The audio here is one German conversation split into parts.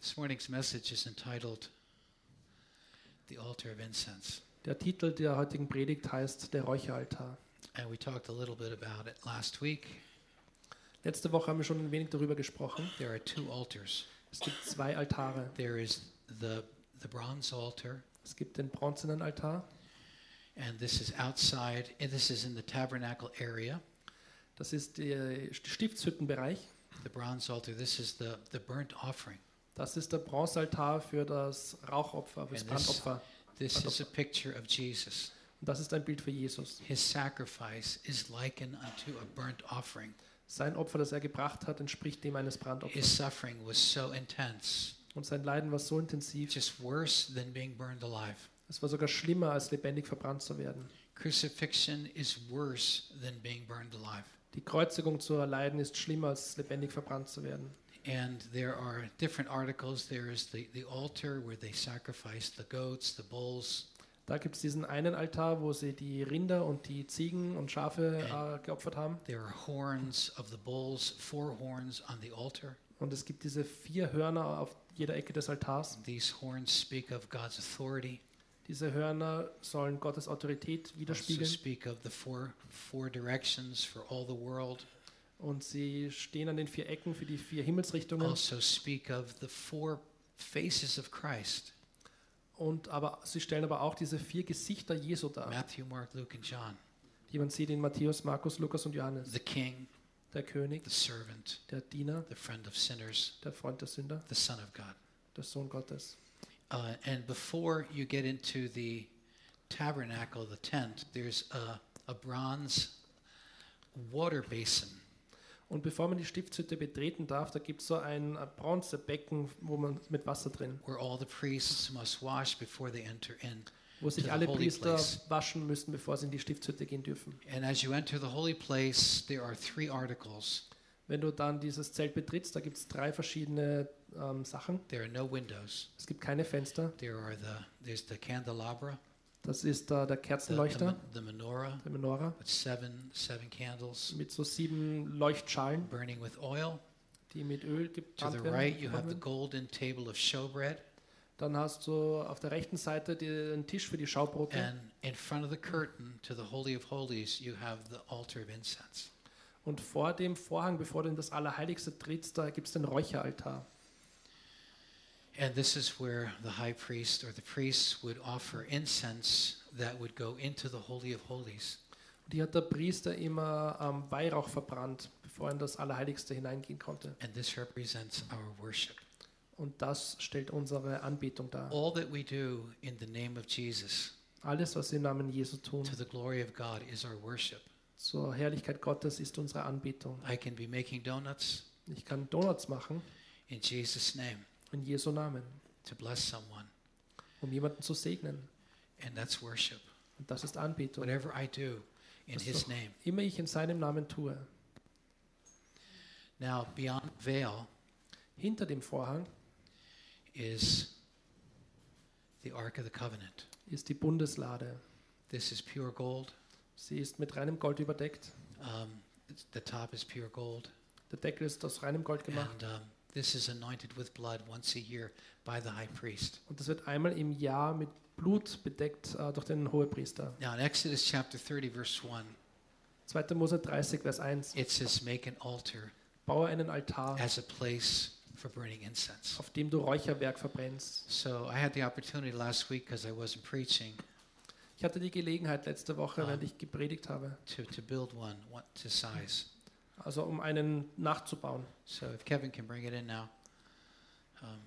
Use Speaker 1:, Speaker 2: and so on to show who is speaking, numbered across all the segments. Speaker 1: This morning's message is entitled The Altar of Incense.
Speaker 2: Der Titel der heutigen Predigt heißt Der Räucheraltar.
Speaker 1: And we talked a little bit about it last week.
Speaker 2: Letzte Woche haben wir schon ein wenig darüber gesprochen.
Speaker 1: There are two altars.
Speaker 2: Es gibt zwei Altare.
Speaker 1: There is the the bronze altar,
Speaker 2: Es gibt den bronzenen Altar.
Speaker 1: and this is outside, and this is in the tabernacle area.
Speaker 2: Das ist der Stiftshüttenbereich.
Speaker 1: The bronze altar, this is the, the burnt offering.
Speaker 2: Das ist der Bronzealtar für das Rauchopfer, für das
Speaker 1: Ja, das-
Speaker 2: Brandopfer.
Speaker 1: This is a picture of Jesus.
Speaker 2: Und das ist ein Bild für Jesus.
Speaker 1: His sacrifice is likened unto a burnt offering.
Speaker 2: Sein Opfer, das er gebracht hat, entspricht dem eines
Speaker 1: His
Speaker 2: Brandopfers.
Speaker 1: suffering was so intense,
Speaker 2: Und sein Leiden war so intensiv,
Speaker 1: just worse than being burned alive.
Speaker 2: es war sogar schlimmer, als lebendig verbrannt zu werden.
Speaker 1: Crucifixion is worse than being burned alive.
Speaker 2: Die Kreuzigung zu erleiden ist schlimmer, als lebendig verbrannt zu werden.
Speaker 1: And there are different articles. There is the, the altar where they sacrificed the goats, the bulls,
Speaker 2: Da gibt es diesen einen Altar, wo sie die Rinder und die Ziegen und Schafe äh, geopfert haben.
Speaker 1: There are horns of the bulls, four horns on the altar.
Speaker 2: Und es gibt diese vier Hörner auf jeder Ecke des Altars.
Speaker 1: These horns speak of God's authority,
Speaker 2: Diese Hörner sollen Gottes Autorität
Speaker 1: also
Speaker 2: widerspiegeln.
Speaker 1: speak of the four four directions for all the world,
Speaker 2: Und sie stehen an den vier Ecken für die vier Himmelsrichtungen.
Speaker 1: also speak of the four faces of Christ.
Speaker 2: Und aber sie stellen aber auch diese vier Gesichter Jesu dar,
Speaker 1: Matthew, Mark, Luke, and John.
Speaker 2: die man sieht in Matthäus, Markus, Lukas und Johannes.
Speaker 1: The king,
Speaker 2: Der König,
Speaker 1: the servant,
Speaker 2: der Diener,
Speaker 1: the friend of sinners,
Speaker 2: der Freund der Sünder,
Speaker 1: the Son of God.
Speaker 2: der Sohn Gottes.
Speaker 1: Uh, and before you get into the tabernacle, the tent, there's a, a bronze water basin.
Speaker 2: Und bevor man die Stiftshütte betreten darf, da gibt es so ein äh, Bronzebecken, wo man mit Wasser drin,
Speaker 1: where all the priests must wash before they enter in.
Speaker 2: wo sich
Speaker 1: the
Speaker 2: alle
Speaker 1: holy
Speaker 2: Priester
Speaker 1: place.
Speaker 2: waschen müssen, bevor sie in die Stiftshütte gehen dürfen.
Speaker 1: And as you enter the holy place, there are three articles.
Speaker 2: Wenn du dann dieses Zelt betrittst, da gibt es drei verschiedene ähm, Sachen.
Speaker 1: There are no windows.
Speaker 2: Es gibt keine Fenster.
Speaker 1: There are the there's the candelabra,
Speaker 2: Das ist da der
Speaker 1: the, the,
Speaker 2: Kerzenleuchter,
Speaker 1: men- the menorah
Speaker 2: der Menorah,
Speaker 1: with seven seven candles
Speaker 2: mit so sieben Leuchtschalen,
Speaker 1: burning with oil.
Speaker 2: die mit Öl
Speaker 1: To
Speaker 2: gebrannt
Speaker 1: the
Speaker 2: werden.
Speaker 1: right, you have the
Speaker 2: verbrannt werden.
Speaker 1: golden table of showbread,
Speaker 2: Dann hast du auf der rechten Seite den Tisch für die Schaubrote
Speaker 1: and in front of the curtain to the holy of holies, you have the altar of incense.
Speaker 2: und vor dem Vorhang, bevor du in das Allerheiligste trittst, da gibt es den Räucheraltar.
Speaker 1: And this is where the high priest or the priests would offer incense that would go into the holy of holies.
Speaker 2: Die hat der Priester immer am Weihrauch verbrannt, bevor er in das Allerheiligste hineingehen konnte.
Speaker 1: And this represents our worship.
Speaker 2: Und das stellt unsere Anbetung dar.
Speaker 1: All that we do in the name of Jesus
Speaker 2: Alles, was wir im Namen Jesu tun,
Speaker 1: to the glory of God is our worship.
Speaker 2: zur Herrlichkeit Gottes ist unsere Anbetung.
Speaker 1: I can be making donuts
Speaker 2: Ich kann Donuts machen
Speaker 1: in Jesus' name
Speaker 2: in Jesu Namen,
Speaker 1: to bless someone,
Speaker 2: um jemanden zu segnen.
Speaker 1: and that's worship.
Speaker 2: Und das ist Anbetung.
Speaker 1: Whatever I do in
Speaker 2: That's
Speaker 1: His
Speaker 2: so-
Speaker 1: name.
Speaker 2: Immer ich in seinem Namen tue.
Speaker 1: Now, beyond the veil
Speaker 2: Hinter dem Vorhang
Speaker 1: is the Ark of the Covenant.
Speaker 2: ist die Bundeslade.
Speaker 1: This is pure gold.
Speaker 2: Sie ist mit reinem Gold überdeckt.
Speaker 1: Um, it's- the top is pure gold,
Speaker 2: Der Deckel ist aus reinem Gold gemacht.
Speaker 1: and um, this is anointed with blood once a year by the high priest.
Speaker 2: Und das wird einmal im Jahr mit Blut bedeckt äh, durch den Hohepriester.
Speaker 1: Now, in Exodus chapter 30, verse 1,
Speaker 2: 2. Mose 30, Vers 1.
Speaker 1: It says, make an altar
Speaker 2: Baue einen Altar,
Speaker 1: as a place for burning incense.
Speaker 2: auf dem du Räucherwerk verbrennst.
Speaker 1: So I had the opportunity last week, because I wasn't preaching,
Speaker 2: Ich hatte die Gelegenheit letzte Woche,
Speaker 1: Ah.
Speaker 2: während ich gepredigt habe,
Speaker 1: to, to build one, one to size.
Speaker 2: also um einen nachzubauen.
Speaker 1: So if Kevin can bring it in now, um,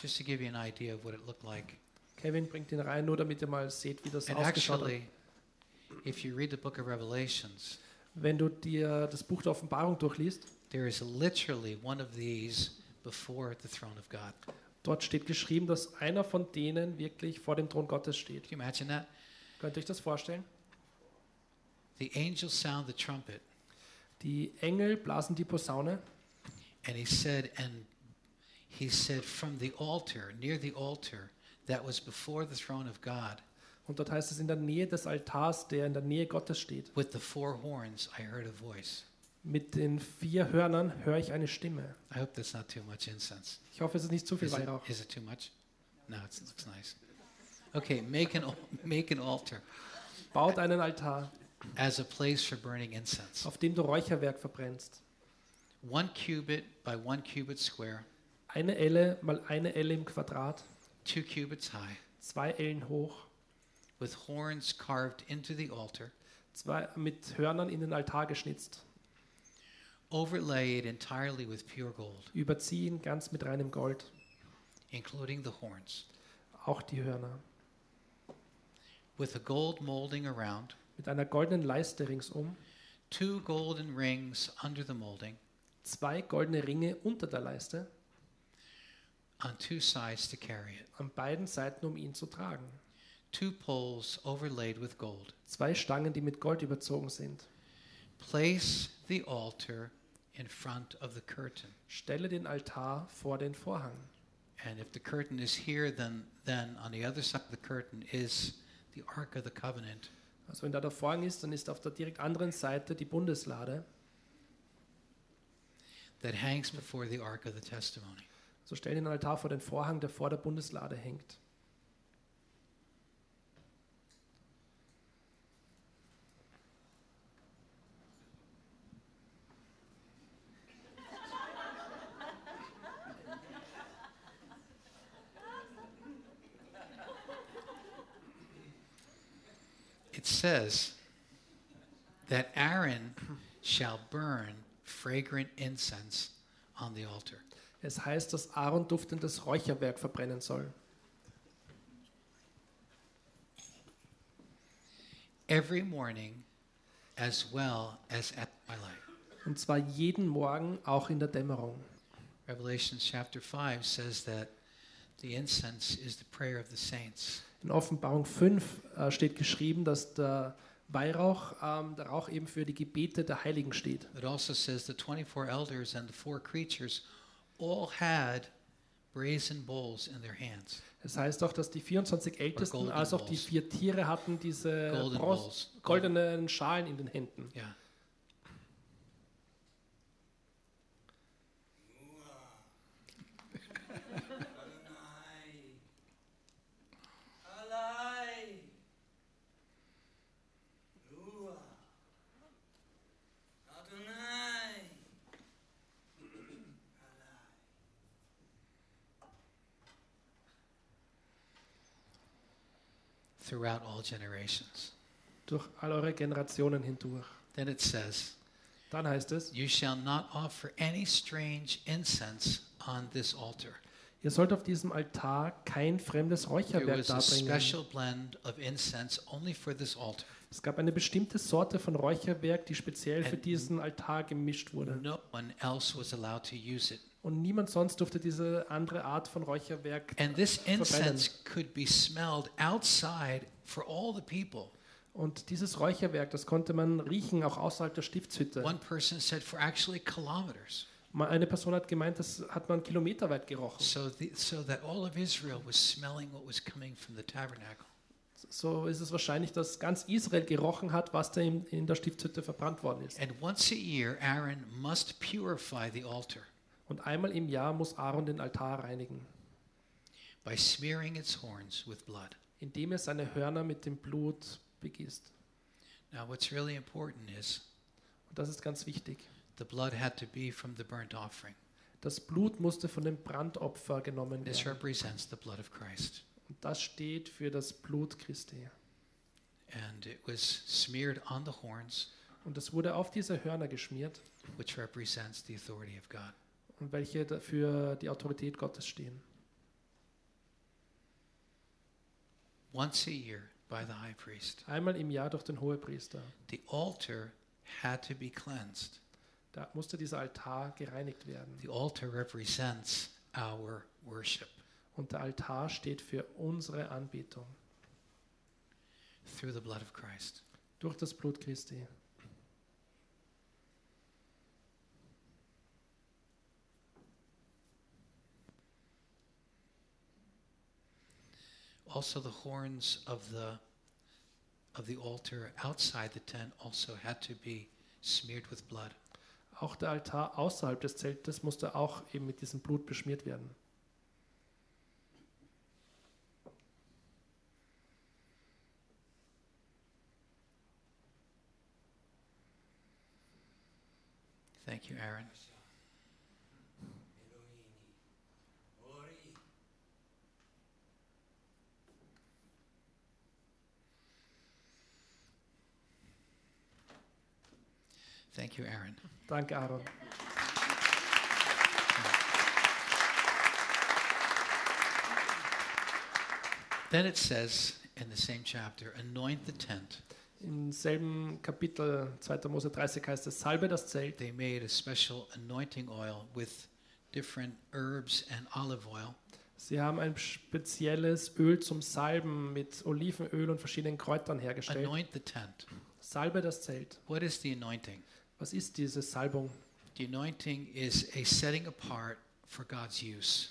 Speaker 1: just to give you an idea of what it looked like.
Speaker 2: Kevin bringt ihn rein, nur damit ihr mal seht, wie das
Speaker 1: And
Speaker 2: ausgeschaut hat.
Speaker 1: actually, if you read the book of Revelations,
Speaker 2: Wenn du dir das Buch der Offenbarung durchliest,
Speaker 1: there is literally one of these before the throne of God.
Speaker 2: dort steht geschrieben, dass einer von denen wirklich vor dem Thron Gottes steht.
Speaker 1: Can you imagine that?
Speaker 2: Könnt ihr euch das vorstellen?
Speaker 1: The angel sound the trumpet,
Speaker 2: Die Engel blasen die Posaune
Speaker 1: And he said, and he said, from the altar, near the altar that was before the throne of God,
Speaker 2: und dort heißt es in der Nähe des Altars, der in der Nähe Gottes steht.
Speaker 1: with the four horns, I heard a voice.
Speaker 2: Mit den vier Hörnern höre ich eine Stimme.
Speaker 1: I hope that's not too much incense.
Speaker 2: Ich hoffe, es ist nicht zu viel
Speaker 1: Is it,
Speaker 2: Weihrauch.
Speaker 1: is it too much? No, it looks nice. Okay, make an al- make an altar
Speaker 2: Baut einen Altar,
Speaker 1: as a place for burning incense.
Speaker 2: auf dem du Räucherwerk verbrennst.
Speaker 1: One cubit by one cubit square,
Speaker 2: Eine Elle mal eine Elle im Quadrat,
Speaker 1: two cubits high,
Speaker 2: zwei Ellen hoch,
Speaker 1: with horns carved into the altar.
Speaker 2: zwei mit Hörnern in den Altar geschnitzt.
Speaker 1: Overlay it entirely with pure gold,
Speaker 2: Überzieh ihn ganz mit reinem Gold,
Speaker 1: including the horns,
Speaker 2: auch die Hörner.
Speaker 1: with a gold molding around,
Speaker 2: Mit einer goldenen Leiste ringsum,
Speaker 1: two golden rings under the molding
Speaker 2: zwei goldene Ringe unter der Leiste,
Speaker 1: on two sides to carry it,
Speaker 2: an beiden Seiten, um ihn zu tragen.
Speaker 1: two poles overlaid with gold.
Speaker 2: Zwei Stangen, die mit Gold überzogen sind.
Speaker 1: Place the altar in front of the curtain.
Speaker 2: Stelle den Altar vor den Vorhang.
Speaker 1: And if the curtain is here, then then on the other side of the curtain is the Ark of the Covenant,
Speaker 2: Also wenn da der Vorhang ist, dann ist auf der direkt anderen Seite die Bundeslade.
Speaker 1: that hangs before the Ark of the Testimony.
Speaker 2: So stell den Altar vor den Vorhang, der vor der Bundeslade hängt.
Speaker 1: It says that Aaron shall burn fragrant incense on the altar.
Speaker 2: Es heißt, dass Aaron duftendes Räucherwerk verbrennen soll.
Speaker 1: Every morning as well as at twilight.
Speaker 2: Und zwar jeden Morgen, auch in der Dämmerung.
Speaker 1: Revelation chapter 5 says that the incense is the prayer of the saints.
Speaker 2: In Offenbarung 5 äh, steht geschrieben, dass der Weihrauch, ähm, der Rauch eben für die Gebete der Heiligen steht.
Speaker 1: It also says the 24 elders and the four creatures all had brazen bowls in their hands,
Speaker 2: Es heißt auch, dass die 24 Ältesten,
Speaker 1: golden
Speaker 2: als auch die
Speaker 1: balls.
Speaker 2: vier Tiere hatten diese
Speaker 1: golden
Speaker 2: Bronz-
Speaker 1: bowls.
Speaker 2: goldenen Schalen in den Händen.
Speaker 1: Yeah.
Speaker 3: Adonai. Alai. Lua. Adonai.
Speaker 1: Throughout all generations.
Speaker 2: durch all eure Generationen hindurch.
Speaker 1: Then it says,
Speaker 2: Dann heißt es,
Speaker 1: You shall not offer any strange incense on this altar.
Speaker 2: ihr sollt auf diesem Altar kein fremdes
Speaker 1: There
Speaker 2: Räucherwerk
Speaker 1: was a
Speaker 2: darbringen.
Speaker 1: special blend of incense only for this altar.
Speaker 2: Es gab eine bestimmte Sorte von Räucherwerk, die speziell für
Speaker 1: And-
Speaker 2: diesen Altar gemischt wurde.
Speaker 1: No one else was allowed to use it.
Speaker 2: Und niemand sonst durfte diese andere Art von Räucherwerk.
Speaker 1: And this incense could be smelled outside for all the people.
Speaker 2: Und dieses Räucherwerk, das konnte man riechen, auch außerhalb der Stiftshütte.
Speaker 1: One person said for actually kilometers.
Speaker 2: Mal Eine Person hat gemeint, das hat man kilometerweit gerochen.
Speaker 1: So, the, so that all of Israel was smelling what was coming from the tabernacle.
Speaker 2: So ist es wahrscheinlich, dass ganz Israel gerochen hat, was da in, in der Stiftshütte verbrannt worden ist.
Speaker 1: And once a year, Aaron must purify the altar
Speaker 2: Und einmal im Jahr muss Aaron den Altar reinigen.
Speaker 1: by smearing its horns with blood.
Speaker 2: indem er seine Hörner mit dem Blut begießt.
Speaker 1: Now, what's really important is
Speaker 2: Und das ist ganz wichtig.
Speaker 1: the blood had to be from the burnt offering.
Speaker 2: Das Blut musste von dem Brandopfer genommen
Speaker 1: This
Speaker 2: werden.
Speaker 1: represents the blood of Christ.
Speaker 2: Und das steht für das Blut Christi.
Speaker 1: And it was smeared on the horns,
Speaker 2: Und das wurde auf diese Hörner geschmiert,
Speaker 1: which represents the authority of God.
Speaker 2: und welche dafür die Autorität Gottes stehen.
Speaker 1: Once a year, by the high priest,
Speaker 2: Einmal im Jahr durch den Hohepriester.
Speaker 1: the altar had to be cleansed.
Speaker 2: Da musste dieser Altar gereinigt werden.
Speaker 1: The altar represents our worship.
Speaker 2: Und der Altar steht für unsere Anbetung
Speaker 1: through the blood of Christ.
Speaker 2: durch das Blut Christi.
Speaker 1: Also the horns of the of the altar outside the tent also had to be smeared with blood.
Speaker 2: Auch der Altar außerhalb des Zeltes musste auch eben mit diesem Blut beschmiert werden.
Speaker 1: Thank you, Aaron.
Speaker 3: Elohini. Ori.
Speaker 1: Thank you, Aaron.
Speaker 2: Danke, Aaron.
Speaker 1: Then it says in the same chapter, anoint the tent.
Speaker 2: Im selben Kapitel 2. Mose 30 heißt es, salbe das Zelt.
Speaker 1: They made a special anointing oil with different herbs and olive oil.
Speaker 2: Sie haben ein spezielles Öl zum Salben mit Olivenöl und verschiedenen Kräutern hergestellt.
Speaker 1: Anoint the tent.
Speaker 2: Salbe das Zelt.
Speaker 1: What is the anointing?
Speaker 2: Was ist diese Salbung?
Speaker 1: The anointing is a setting apart for God's use.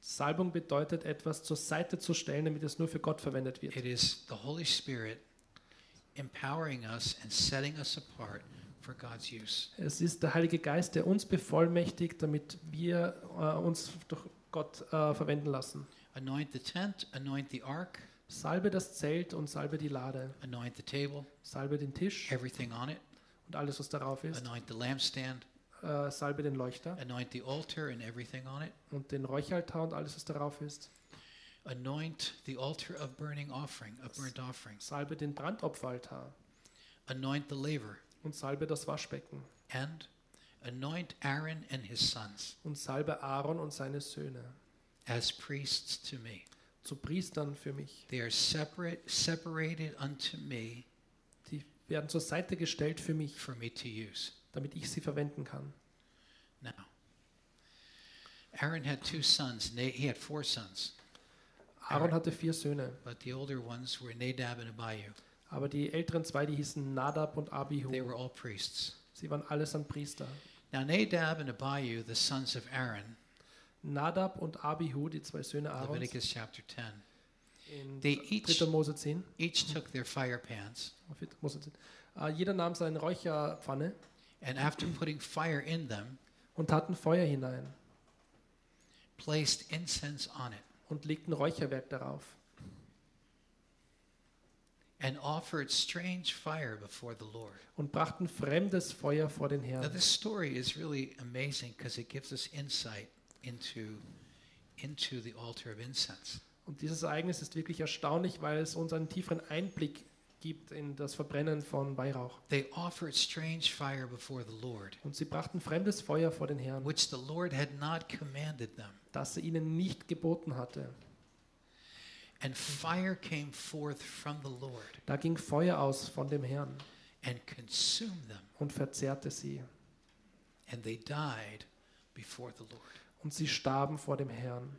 Speaker 2: Salbung bedeutet, etwas zur Seite zu stellen, damit es nur für Gott verwendet wird.
Speaker 1: It is the Holy Spirit empowering us and setting us apart for God's use.
Speaker 2: Es ist der Heilige Geist, der uns bevollmächtigt, damit wir äh, uns durch Gott äh, verwenden lassen.
Speaker 1: Anoint the tent, anoint the ark,
Speaker 2: Salbe das Zelt und salbe die Lade.
Speaker 1: anoint the table,
Speaker 2: Salbe den Tisch
Speaker 1: everything on it,
Speaker 2: und alles, was darauf ist.
Speaker 1: anoint the lampstand,
Speaker 2: Äh, salbe den Leuchter
Speaker 1: anoint the altar and everything on it,
Speaker 2: und den Räucheraltar und alles, was darauf ist.
Speaker 1: anoint the altar of burning offering, of burnt offerings,
Speaker 2: Salbe den Brandopferaltar
Speaker 1: anoint the laver,
Speaker 2: und salbe das Waschbecken
Speaker 1: and anoint Aaron and his sons
Speaker 2: und salbe Aaron und seine Söhne
Speaker 1: as priests to me.
Speaker 2: zu Priestern für mich.
Speaker 1: They are separate, separated unto me
Speaker 2: Die werden zur Seite gestellt für mich,
Speaker 1: for me to use.
Speaker 2: damit ich sie verwenden kann.
Speaker 1: Now, Aaron had two sons. Na- He had four sons,
Speaker 2: Aaron hatte vier Söhne,
Speaker 1: but the older ones were Nadab and Abihu.
Speaker 2: aber die älteren zwei, die hießen Nadab und
Speaker 1: They
Speaker 2: Abihu.
Speaker 1: were all priests.
Speaker 2: Sie waren allesamt Priester.
Speaker 1: Now, Nadab and Abihu, the sons of Aaron,
Speaker 2: Nadab und Abihu, die zwei Söhne Aarons,
Speaker 1: Leviticus chapter 10,
Speaker 2: in
Speaker 1: They each-
Speaker 2: 3. Mose 10,
Speaker 1: each took their fire pans,
Speaker 2: 4. Mose 10. Äh, jeder nahm seine Räucherpfanne
Speaker 1: and after putting fire in them,
Speaker 2: und taten Feuer hinein
Speaker 1: placed incense on it,
Speaker 2: und legten Räucherwerk darauf
Speaker 1: and offered strange fire before the Lord.
Speaker 2: und brachten fremdes Feuer vor den
Speaker 1: Now,
Speaker 2: Herrn.
Speaker 1: this story is really amazing because it gives us insight into, into the altar of incense.
Speaker 2: Und dieses Ereignis ist wirklich erstaunlich, weil es uns einen tieferen Einblick gibt in das Verbrennen von Weihrauch.
Speaker 1: They offered strange fire before the Lord,
Speaker 2: Und sie brachten fremdes Feuer vor den Herrn,
Speaker 1: which the Lord had not commanded them.
Speaker 2: das er ihnen nicht geboten hatte.
Speaker 1: And fire came forth from the Lord
Speaker 2: Da ging Feuer aus von dem Herrn
Speaker 1: and consumed them,
Speaker 2: und verzehrte sie.
Speaker 1: and they died before the Lord.
Speaker 2: Und sie starben vor dem Herrn.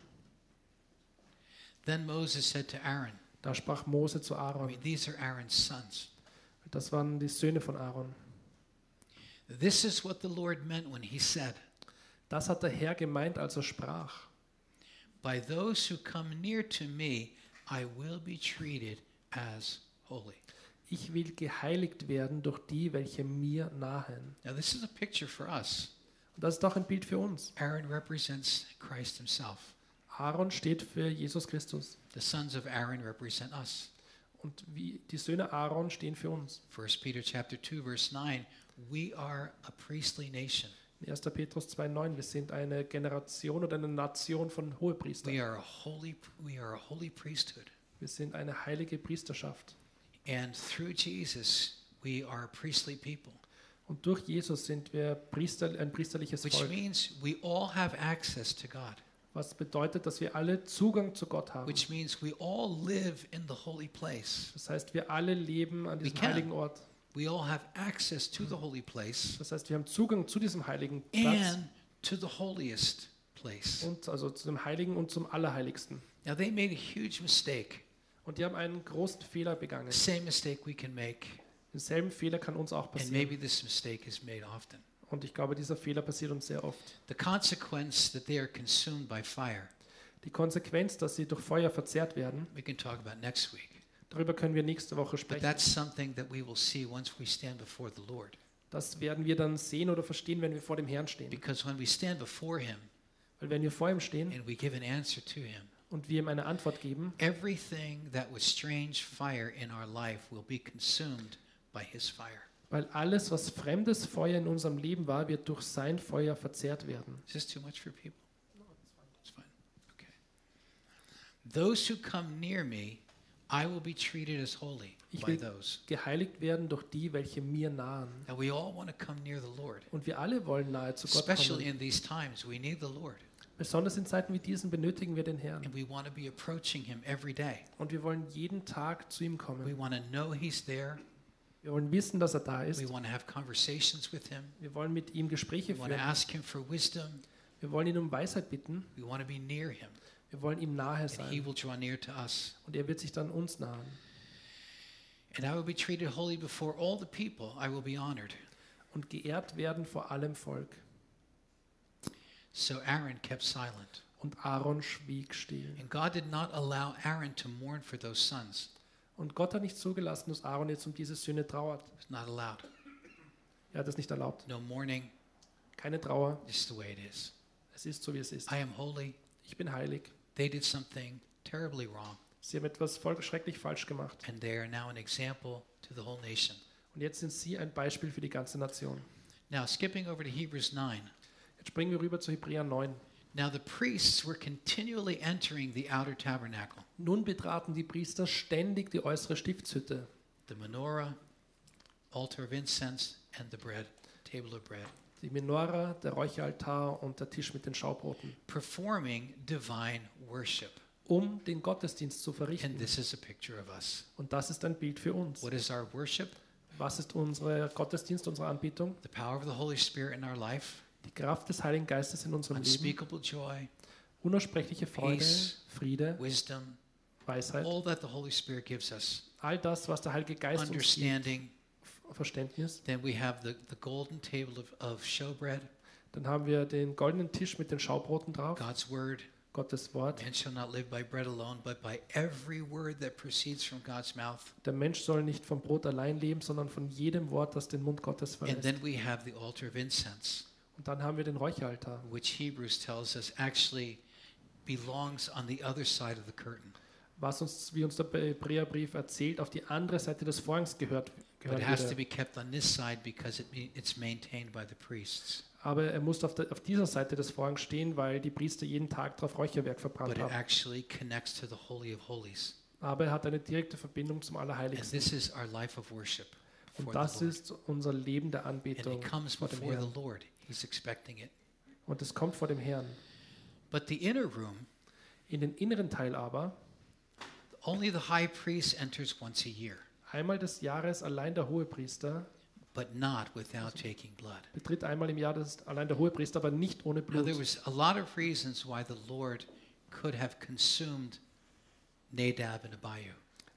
Speaker 1: Then Moses said to Aaron,
Speaker 2: Da sprach Mose zu
Speaker 1: I
Speaker 2: Aaron.
Speaker 1: mean, these are Aaron's sons.
Speaker 2: Das waren die Söhne von Aaron.
Speaker 1: This is what the Lord meant when he said,
Speaker 2: Das hat der Herr gemeint, als er sprach.
Speaker 1: By those who come near to me, I will be treated as holy.
Speaker 2: Ich will geheiligt werden durch die, welche mir nahen.
Speaker 1: Now, this is a picture for us.
Speaker 2: Und das ist doch ein Bild für uns.
Speaker 1: Aaron represents Christ himself.
Speaker 2: Aaron steht für Jesus Christus.
Speaker 1: The sons of Aaron represent us.
Speaker 2: Und wie die Söhne Aaron stehen für uns.
Speaker 1: 1 Peter chapter 2 verse 9, we are a priestly nation.
Speaker 2: In 1. Petrus 2,9. Wir sind eine Generation oder eine Nation von Hohepriestern.
Speaker 1: We are a holy we are a holy priesthood.
Speaker 2: Wir sind eine heilige Priesterschaft.
Speaker 1: And through Jesus, we are a priestly people,
Speaker 2: Und durch Jesus sind wir Priester, ein priesterliches
Speaker 1: which
Speaker 2: Volk.
Speaker 1: means we all have access to God,
Speaker 2: Was bedeutet, dass wir alle Zugang zu Gott haben.
Speaker 1: which means we all live in the holy place.
Speaker 2: Das heißt, wir alle leben an
Speaker 1: We
Speaker 2: diesem
Speaker 1: can.
Speaker 2: heiligen Ort.
Speaker 1: We all have access to the holy place
Speaker 2: Das heißt, wir haben Zugang zu diesem heiligen Platz
Speaker 1: and to the holiest place.
Speaker 2: und also zu dem Heiligen und zum Allerheiligsten.
Speaker 1: Now they made a huge mistake,
Speaker 2: Und die haben einen großen Fehler begangen.
Speaker 1: same mistake we can make,
Speaker 2: Denselben Fehler kann uns auch
Speaker 1: and
Speaker 2: passieren.
Speaker 1: maybe this mistake is made often.
Speaker 2: Und ich glaube, dieser Fehler passiert uns sehr oft.
Speaker 1: The consequence that they are consumed by fire,
Speaker 2: Die Konsequenz, dass sie durch Feuer verzehrt werden,
Speaker 1: we can talk about next week.
Speaker 2: darüber können wir nächste Woche
Speaker 1: But
Speaker 2: sprechen.
Speaker 1: that's something that we will see once we stand before the Lord.
Speaker 2: Das werden wir dann sehen oder verstehen, wenn wir vor dem Herrn stehen.
Speaker 1: Because when we stand before Him
Speaker 2: Weil wenn wir vor ihm stehen
Speaker 1: and we give an answer to Him,
Speaker 2: und wir ihm eine Antwort geben,
Speaker 1: everything that was strange fire in our life will be consumed by His fire.
Speaker 2: weil alles, was fremdes Feuer in unserem Leben war, wird durch sein Feuer verzehrt werden.
Speaker 1: Is this too much for people? No, it's fine. It's fine. Okay. Those who come near me, I will be treated as holy
Speaker 2: Ich
Speaker 1: by
Speaker 2: will-
Speaker 1: those.
Speaker 2: Geheiligt werden durch die, welche mir nahen.
Speaker 1: And we all want to come near the Lord.
Speaker 2: Und wir alle wollen nahe zu Gott
Speaker 1: Especially
Speaker 2: kommen.
Speaker 1: in these times, we need the Lord.
Speaker 2: Besonders in Zeiten wie diesen benötigen wir den Herrn.
Speaker 1: And we want to be approaching Him every day.
Speaker 2: Und wir wollen jeden Tag zu ihm
Speaker 1: We
Speaker 2: kommen.
Speaker 1: want to know He's there.
Speaker 2: Wir wollen wissen, dass er da
Speaker 1: We
Speaker 2: ist.
Speaker 1: want to have conversations with Him.
Speaker 2: Wir wollen mit ihm
Speaker 1: We
Speaker 2: Gespräche
Speaker 1: want to
Speaker 2: führen.
Speaker 1: ask Him for wisdom.
Speaker 2: Wir wollen ihn um Weisheit bitten.
Speaker 1: We want to be near Him.
Speaker 2: Wir wollen ihm nahe
Speaker 1: And He
Speaker 2: sein.
Speaker 1: will draw near to us.
Speaker 2: Und er wird sich dann uns nahen.
Speaker 1: And I will be treated holy before all the people. I will be honored.
Speaker 2: Und geehrt werden vor allem Volk.
Speaker 1: So Aaron kept silent.
Speaker 2: Und Aaron schwieg still.
Speaker 1: And God did not allow Aaron to mourn for those sons.
Speaker 2: Und Gott hat nicht zugelassen, dass Aaron jetzt um diese Sünde trauert.
Speaker 1: It's not allowed.
Speaker 2: Er hat es nicht erlaubt.
Speaker 1: No mourning.
Speaker 2: Keine Trauer.
Speaker 1: Just the way it is.
Speaker 2: Es ist so, wie es ist.
Speaker 1: I am holy.
Speaker 2: Ich bin heilig.
Speaker 1: They did something terribly wrong.
Speaker 2: Sie haben etwas voll schrecklich falsch gemacht.
Speaker 1: And they are now an example to the whole nation.
Speaker 2: Und jetzt sind sie ein Beispiel für die ganze Nation.
Speaker 1: Now, skipping over to Hebrews 9.
Speaker 2: Jetzt springen wir rüber zu Hebräer 9.
Speaker 1: Now, the priests were continually entering the outer tabernacle,
Speaker 2: Nun betraten die Priester ständig die äußere Stiftshütte,
Speaker 1: the menorah, altar of incense, and the bread, table of bread,
Speaker 2: die Menora, der Räucheraltar und der Tisch mit den Schaubroten,
Speaker 1: performing divine worship.
Speaker 2: um den Gottesdienst zu
Speaker 1: And
Speaker 2: verrichten.
Speaker 1: this is a picture of us.
Speaker 2: Und das ist ein Bild für uns.
Speaker 1: What is our worship?
Speaker 2: Was ist unser Gottesdienst, unsere Anbetung?
Speaker 1: The power of the Holy Spirit in our life,
Speaker 2: Die Kraft des Heiligen Geistes in unserem Leben,
Speaker 1: unspeakable joy,
Speaker 2: unaussprechliche Freude,
Speaker 1: Peace.
Speaker 2: Friede,
Speaker 1: wisdom,
Speaker 2: Weisheit,
Speaker 1: all that the Holy Spirit gives us,
Speaker 2: all das, was der Heilige Geist uns gibt,
Speaker 1: understanding.
Speaker 2: Verständnis.
Speaker 1: Then we have the, the golden table of, of showbread,
Speaker 2: Dann haben wir den goldenen Tisch mit den Schaubroten drauf,
Speaker 1: God's word.
Speaker 2: Gottes Wort.
Speaker 1: Man shall not live by bread alone, but by every word that proceeds from God's mouth.
Speaker 2: Der Mensch soll nicht vom Brot allein leben, sondern von jedem Wort, das den Mund Gottes
Speaker 1: And
Speaker 2: verlässt.
Speaker 1: then we have the altar of incense,
Speaker 2: Und dann haben wir den Räucheraltar,
Speaker 1: which Hebrews tells us actually belongs on the other side of the curtain,
Speaker 2: was uns, wie uns der Hebräerbrief erzählt, auf die andere Seite des Vorhangs gehört.
Speaker 1: but it
Speaker 2: gehört
Speaker 1: has to
Speaker 2: würde.
Speaker 1: be kept on this side because it, be- it's maintained by the priests.
Speaker 2: Aber er muss auf, der, auf dieser Seite des Vorhangs stehen, weil die Priester jeden Tag darauf Räucherwerk verbrannt
Speaker 1: But it
Speaker 2: haben.
Speaker 1: actually connects to the Holy of Holies.
Speaker 2: Aber er hat eine direkte Verbindung zum
Speaker 1: And
Speaker 2: Allerheiligsten.
Speaker 1: this is our life of worship for
Speaker 2: Und
Speaker 1: the
Speaker 2: das
Speaker 1: Lord.
Speaker 2: ist unser Leben der
Speaker 1: And it
Speaker 2: Anbetung.
Speaker 1: comes
Speaker 2: vor dem
Speaker 1: before the
Speaker 2: Herrn.
Speaker 1: Lord. He's expecting it.
Speaker 2: Und es kommt vor dem Herrn.
Speaker 1: But the inner room,
Speaker 2: In den inneren Teil aber,
Speaker 1: only the high priest enters once a year,
Speaker 2: einmal des Jahres allein der Hohepriester,
Speaker 1: but not without taking blood.
Speaker 2: betritt einmal im Jahr des, allein der Hohepriester, aber nicht ohne
Speaker 1: Now, there
Speaker 2: Blut.
Speaker 1: was a lot of reasons why the Lord could have consumed Nadab and Abihu.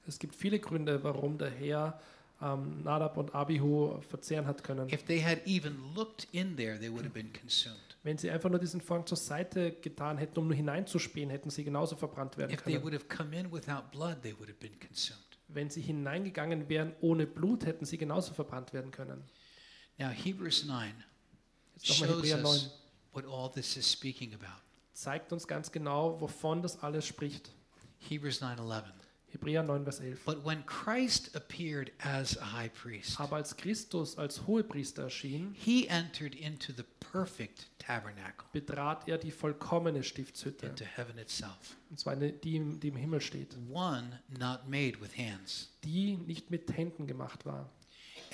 Speaker 2: Es gibt viele Gründe, warum der Herr ähm, Nadab und Abihu verzehren hat können.
Speaker 1: If they had even looked in there, they would have been consumed.
Speaker 2: Wenn sie einfach nur diesen Vorhang zur Seite getan hätten, um nur hineinzuspähen, hätten sie genauso verbrannt werden
Speaker 1: If they
Speaker 2: können.
Speaker 1: would have come in without blood, they would have been consumed.
Speaker 2: Wenn sie hineingegangen wären ohne Blut, hätten sie genauso verbrannt werden können.
Speaker 1: Now, Hebrews 9
Speaker 2: Jetzt nochmal
Speaker 1: shows
Speaker 2: Hebräer 9
Speaker 1: us what all this is speaking about.
Speaker 2: zeigt uns ganz genau, wovon das alles spricht.
Speaker 1: Hebrews 9:11.
Speaker 2: Hebräer 9, Vers 11.
Speaker 1: But when Christ appeared as a high priest,
Speaker 2: Aber als Christus als Hohepriester erschien,
Speaker 1: he entered into the perfect tabernacle,
Speaker 2: betrat er die vollkommene Stiftshütte,
Speaker 1: into heaven itself,
Speaker 2: und zwar eine, die, im- die im Himmel steht,
Speaker 1: one not made with hands,
Speaker 2: die nicht mit Händen gemacht war.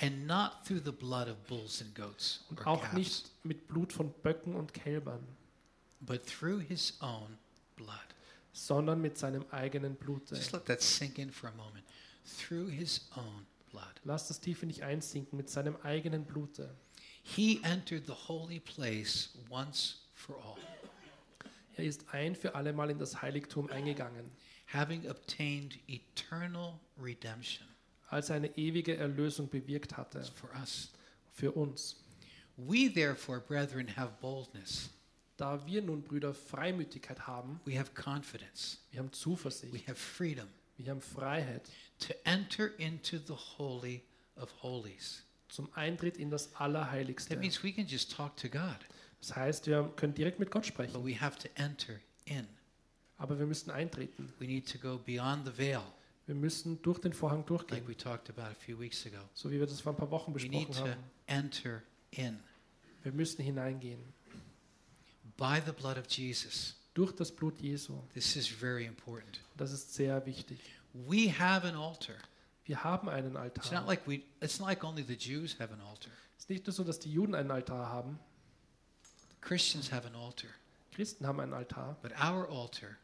Speaker 1: and not through the blood of bulls and goats
Speaker 2: Und
Speaker 1: or
Speaker 2: auch
Speaker 1: calves,
Speaker 2: nicht mit Blut von Böcken und Kälbern,
Speaker 1: but through his own blood.
Speaker 2: sondern mit seinem eigenen Blute.
Speaker 1: Just let that sink in for a moment. Through his own blood.
Speaker 2: Lass das tief in dich einsinken, mit seinem eigenen Blute.
Speaker 1: He entered the holy place once for all,
Speaker 2: Er ist ein für allemal in das Heiligtum eingegangen,
Speaker 1: having obtained eternal redemption
Speaker 2: als er eine ewige Erlösung bewirkt hatte
Speaker 1: for us.
Speaker 2: für uns.
Speaker 1: We therefore, brethren, have boldness.
Speaker 2: Da wir nun, Brüder, Freimütigkeit haben,
Speaker 1: We have confidence.
Speaker 2: wir haben
Speaker 1: We
Speaker 2: Zuversicht,
Speaker 1: have freedom
Speaker 2: wir haben Freiheit,
Speaker 1: to enter into the holy of holies
Speaker 2: zum Eintritt in das Allerheiligste.
Speaker 1: That means we can just talk to God,
Speaker 2: Das heißt, wir können direkt mit Gott
Speaker 1: but
Speaker 2: sprechen,
Speaker 1: we have to enter in.
Speaker 2: aber wir müssen eintreten.
Speaker 1: We need to go beyond the veil,
Speaker 2: Wir müssen durch den Vorhang
Speaker 1: like
Speaker 2: durchgehen,
Speaker 1: we talked about a few weeks ago.
Speaker 2: so wie wir das vor ein paar Wochen
Speaker 1: We need
Speaker 2: besprochen
Speaker 1: to
Speaker 2: haben.
Speaker 1: enter in
Speaker 2: Wir müssen hineingehen
Speaker 1: by the blood of Jesus.
Speaker 2: durch das Blut Jesu.
Speaker 1: This is very important.
Speaker 2: Das ist sehr wichtig.
Speaker 1: We have an altar.
Speaker 2: Wir haben einen
Speaker 1: It's not
Speaker 2: Altar.
Speaker 1: like we it's not like only the Jews have an altar.
Speaker 2: Es ist nicht nur so, dass die Juden einen Altar haben.
Speaker 1: Christians have an altar,
Speaker 2: Christen haben einen Altar,
Speaker 1: but our altar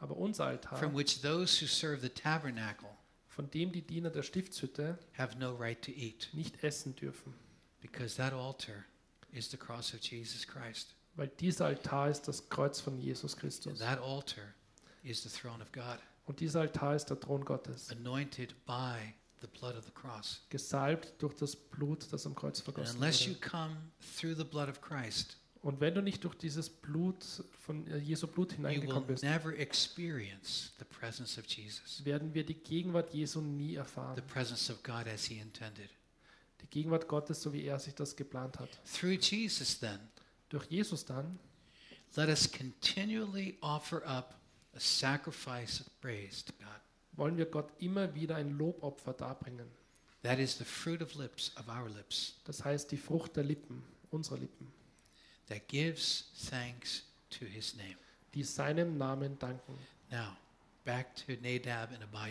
Speaker 2: aber unser
Speaker 1: from
Speaker 2: Altar,
Speaker 1: which those who serve the tabernacle
Speaker 2: von dem die Diener der Stiftshütte
Speaker 1: have no right to eat
Speaker 2: nicht essen dürfen,
Speaker 1: because that altar is the cross of Jesus Christ.
Speaker 2: weil dieser Altar ist das Kreuz von Jesus
Speaker 1: And
Speaker 2: Christus.
Speaker 1: that altar is the throne of God,
Speaker 2: Und dieser Altar ist der Thron Gottes,
Speaker 1: anointed by the blood of the cross.
Speaker 2: gesalbt durch das Blut, das am Kreuz
Speaker 1: And
Speaker 2: vergossen
Speaker 1: unless you
Speaker 2: wurde.
Speaker 1: come through the blood of Christ,
Speaker 2: Und wenn du nicht durch dieses Blut von äh, Jesu Blut
Speaker 1: you will
Speaker 2: hineingekommen bist,
Speaker 1: never experience the presence of Jesus,
Speaker 2: werden wir die Gegenwart Jesu nie erfahren.
Speaker 1: the presence of God as He intended.
Speaker 2: Die Gegenwart Gottes, so wie er sich das geplant hat.
Speaker 1: Through Jesus, then,
Speaker 2: Durch Jesus dann
Speaker 1: let us continually offer up a sacrifice of praise to God.
Speaker 2: wollen wir Gott immer wieder ein Lobopfer darbringen.
Speaker 1: That is the fruit of lips, of our lips,
Speaker 2: Das heißt die Frucht der Lippen, unserer Lippen,
Speaker 1: that gives thanks to His name.
Speaker 2: die seinem Namen danken.
Speaker 1: Now, back to Nadab and Abihu.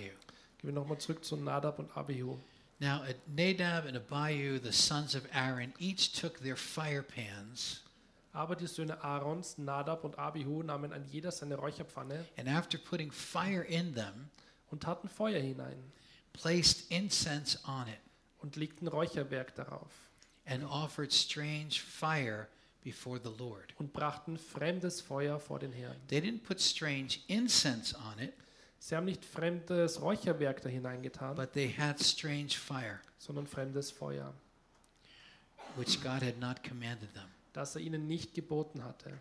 Speaker 2: Gehen wir nochmal zurück zu Nadab und Abihu.
Speaker 1: Now, at Nadab and Abihu, the sons of Aaron, each took their fire pans,
Speaker 2: Aber die Söhne Aarons, Nadab und Abihu, nahmen an jeder seine Räucherpfanne
Speaker 1: and after putting fire in them,
Speaker 2: und taten Feuer hinein
Speaker 1: placed incense on it,
Speaker 2: und legten Räucherwerk darauf
Speaker 1: and offered strange fire before the Lord.
Speaker 2: und brachten fremdes Feuer vor den Herrn.
Speaker 1: They didn't put strange incense on it,
Speaker 2: Sie haben nicht fremdes Räucherwerk da hineingetan,
Speaker 1: but they had strange fire,
Speaker 2: sondern fremdes Feuer,
Speaker 1: which God had not commanded them.
Speaker 2: das er ihnen nicht geboten hatte.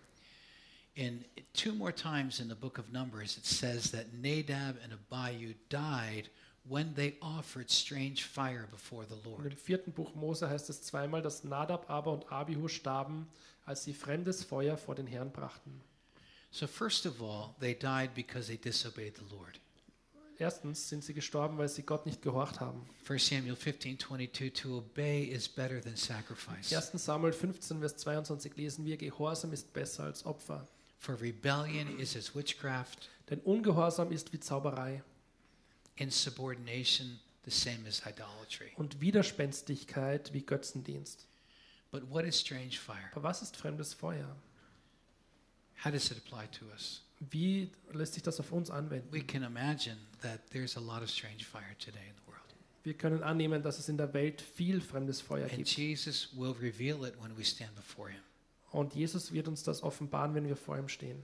Speaker 1: In two more times in the book of Numbers, it says that Nadab and Abihu died when they offered strange fire before the
Speaker 2: Und
Speaker 1: Lord.
Speaker 2: im vierten Buch Mose heißt es zweimal, dass Nadab aber und Abihu starben, als sie fremdes Feuer vor den Herrn brachten.
Speaker 1: So, first of all, they died because they disobeyed the Lord.
Speaker 2: Erstens sind sie gestorben, weil sie Gott nicht gehorcht haben.
Speaker 1: 1 Samuel 15 22, to obey is better than sacrifice.
Speaker 2: 1. Samuel 15, Vers 22 lesen wir, Gehorsam ist besser als Opfer.
Speaker 1: For rebellion is as witchcraft,
Speaker 2: Denn Ungehorsam ist wie Zauberei
Speaker 1: insubordination the same as idolatry.
Speaker 2: und Widerspenstigkeit wie Götzendienst.
Speaker 1: But what is strange fire?
Speaker 2: Aber was ist fremdes Feuer?
Speaker 1: How does it apply to us?
Speaker 2: Wie lässt sich das auf uns anwenden?
Speaker 1: We can imagine that there's a lot of strange fire today in the world.
Speaker 2: Wir können annehmen, dass es in der Welt viel fremdes Feuer
Speaker 1: And
Speaker 2: gibt.
Speaker 1: Jesus will reveal it when we stand before him.
Speaker 2: Und Jesus wird uns das offenbaren, wenn wir vor ihm stehen.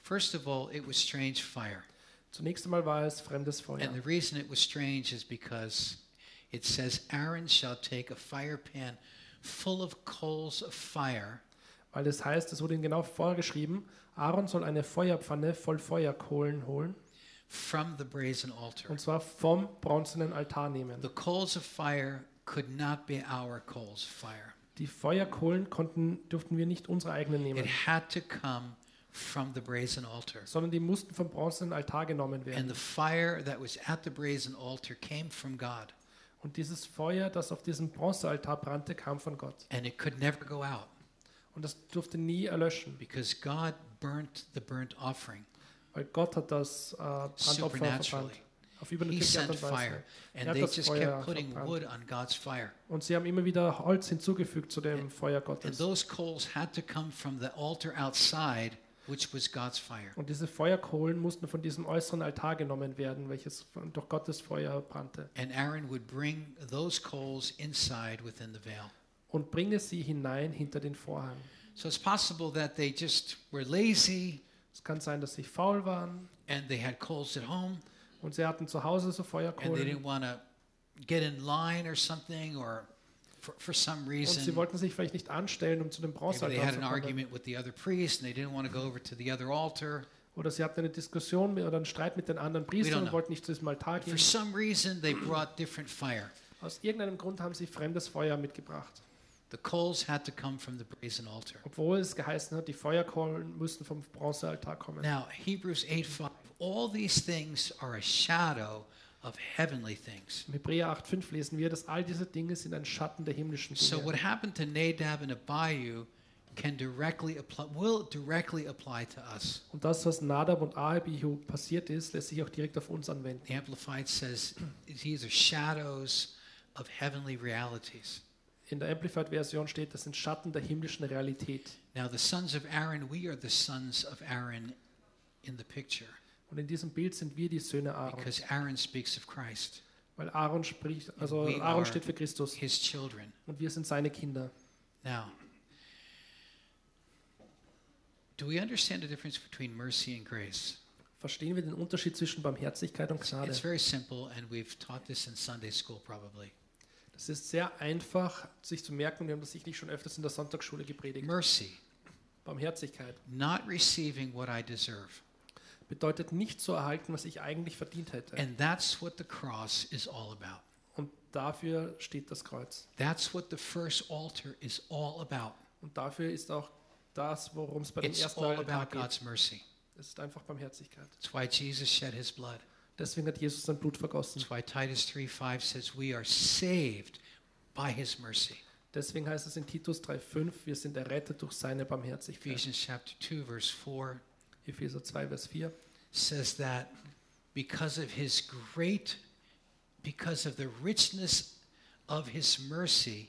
Speaker 1: First of all, it was strange fire.
Speaker 2: Zunächst einmal war es fremdes Feuer.
Speaker 1: And the reason it was strange is because it says, Aaron shall take a fire pan full of coals of fire
Speaker 2: Weil das heißt, es wurde ihm genau vorgeschrieben, Aaron soll eine Feuerpfanne voll Feuerkohlen holen,
Speaker 1: from the brazen altar.
Speaker 2: und zwar vom bronzenen Altar nehmen.
Speaker 1: The coals of fire could not be our coals of fire,
Speaker 2: Die Feuerkohlen konnten, durften wir nicht unsere eigenen
Speaker 1: it
Speaker 2: nehmen,
Speaker 1: had to come from the brazen altar.
Speaker 2: sondern die mussten vom bronzenen Altar genommen
Speaker 1: And the
Speaker 2: werden.
Speaker 1: fire that was at the brazen altar came from God,
Speaker 2: Und dieses Feuer, das auf diesem Bronzealtar brannte, kam von Gott.
Speaker 1: and it could never go out
Speaker 2: Und das durfte nie erlöschen,
Speaker 1: because God burnt the burnt offering.
Speaker 2: weil Gott hat das äh, Brandopfer
Speaker 1: Supernaturally.
Speaker 2: verbrannt. Auf
Speaker 1: He
Speaker 2: übernatürliche Art
Speaker 1: sent
Speaker 2: und
Speaker 1: fire,
Speaker 2: Weise.
Speaker 1: and
Speaker 2: Er hat
Speaker 1: they
Speaker 2: das
Speaker 1: just
Speaker 2: Feuer
Speaker 1: kept putting
Speaker 2: verbrannt.
Speaker 1: wood on God's fire.
Speaker 2: Und sie haben immer wieder Holz hinzugefügt zu dem Feuer
Speaker 1: And
Speaker 2: Gottes.
Speaker 1: those coals had to come from the altar outside, which was God's fire.
Speaker 2: Und diese Feuerkohlen mussten von diesem äußeren Altar genommen werden, welches von- durch Gottes Feuer brannte.
Speaker 1: And Aaron would bring those coals inside within the veil.
Speaker 2: Und bringe sie hinein hinter den Vorhang.
Speaker 1: So it's possible that they just were lazy
Speaker 2: Es kann sein, dass sie faul waren
Speaker 1: and they had coals at home
Speaker 2: und sie hatten zu Hause so
Speaker 1: and they
Speaker 2: Feuerkohlen.
Speaker 1: didn't want to get in line or something or for, for some
Speaker 2: Und sie
Speaker 1: reason.
Speaker 2: wollten sich vielleicht nicht anstellen, um zu dem
Speaker 1: Maybe they
Speaker 2: Bronzealtar
Speaker 1: had
Speaker 2: zu
Speaker 1: an
Speaker 2: kommen.
Speaker 1: argument with the other priest and they didn't want to go over to the other altar.
Speaker 2: Oder sie hatten eine Diskussion mit, oder einen Streit mit den anderen
Speaker 1: don't
Speaker 2: Priestern
Speaker 1: know.
Speaker 2: und wollten nicht zu diesem Altar
Speaker 1: For
Speaker 2: gehen.
Speaker 1: some reason, they brought different fire.
Speaker 2: Aus irgendeinem Grund haben sie fremdes Feuer mitgebracht,
Speaker 1: The coals had to come from the brazen altar.
Speaker 2: obwohl es geheißen hat, die Feuerkohlen müssen vom Bronzealtar kommen.
Speaker 1: Now, Hebrews 8:5. All these things are a shadow of heavenly things.
Speaker 2: Im Hebräer 8,5 lesen wir, dass all diese Dinge sind ein Schatten der himmlischen Dinge.
Speaker 1: So what happened to Nadab and Abihu can directly apply will directly apply to us.
Speaker 2: und das, was Nadab und Abihu passiert ist, lässt sich auch direkt auf uns anwenden.
Speaker 1: The Amplified says these are shadows of heavenly realities.
Speaker 2: In der Amplified-Version steht, das sind Schatten der himmlischen Realität.
Speaker 1: Now, the sons of Aaron, we are the sons of Aaron in the picture
Speaker 2: Und in diesem Bild sind wir die Söhne Aaron,
Speaker 1: because Aaron speaks of Christ,
Speaker 2: weil Aaron spricht, also
Speaker 1: We
Speaker 2: Aaron
Speaker 1: are-
Speaker 2: steht für Christus
Speaker 1: his children.
Speaker 2: und wir sind seine Kinder.
Speaker 1: Now, do we understand the difference between mercy and grace?
Speaker 2: Verstehen wir den Unterschied zwischen Barmherzigkeit und Gnade?
Speaker 1: It's very simple, and we've taught this in Sunday school probably.
Speaker 2: Das ist sehr einfach, sich zu merken. Wir haben das sicherlich schon öfters in der Sonntagsschule gepredigt.
Speaker 1: Mercy,
Speaker 2: Barmherzigkeit
Speaker 1: not receiving what I deserve.
Speaker 2: bedeutet nicht zu erhalten, was ich eigentlich verdient hätte.
Speaker 1: And that's what the cross is all about.
Speaker 2: Und dafür steht das Kreuz.
Speaker 1: That's what the first altar is all about.
Speaker 2: Und dafür ist auch das, worum es bei dem
Speaker 1: It's
Speaker 2: ersten
Speaker 1: all
Speaker 2: Altar
Speaker 1: about
Speaker 2: geht.
Speaker 1: God's mercy.
Speaker 2: Es ist einfach Barmherzigkeit.
Speaker 1: That's why Jesus shed his blood.
Speaker 2: Deswegen hat Jesus sein Blut vergossen.
Speaker 1: That's why Titus 3:5 says we are saved by his mercy.
Speaker 2: Deswegen heißt es in Titus 3,5, wir sind errettet durch seine Barmherzigkeit.
Speaker 1: Ephesians chapter 2 verse 4
Speaker 2: Epheser 2, Vers 4.
Speaker 1: says that because of his great because of the richness of his mercy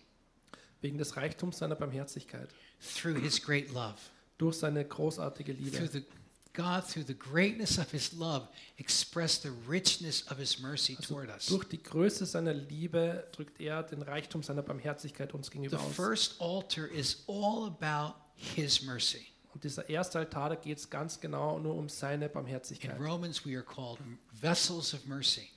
Speaker 2: Wegen des Reichtums seiner Barmherzigkeit.
Speaker 1: through his great love.
Speaker 2: Durch seine großartige Liebe.
Speaker 1: Through the God through the greatness of his love expressed the richness of his mercy toward us.
Speaker 2: Durch die Größe seiner Liebe drückt er den Reichtum seiner Barmherzigkeit uns
Speaker 1: The
Speaker 2: gegenüber aus.
Speaker 1: first altar is all about his mercy.
Speaker 2: Und dieser erste Altar, da geht es ganz genau nur um seine
Speaker 1: In
Speaker 2: Barmherzigkeit.
Speaker 1: Romans, we are called vessels of mercy.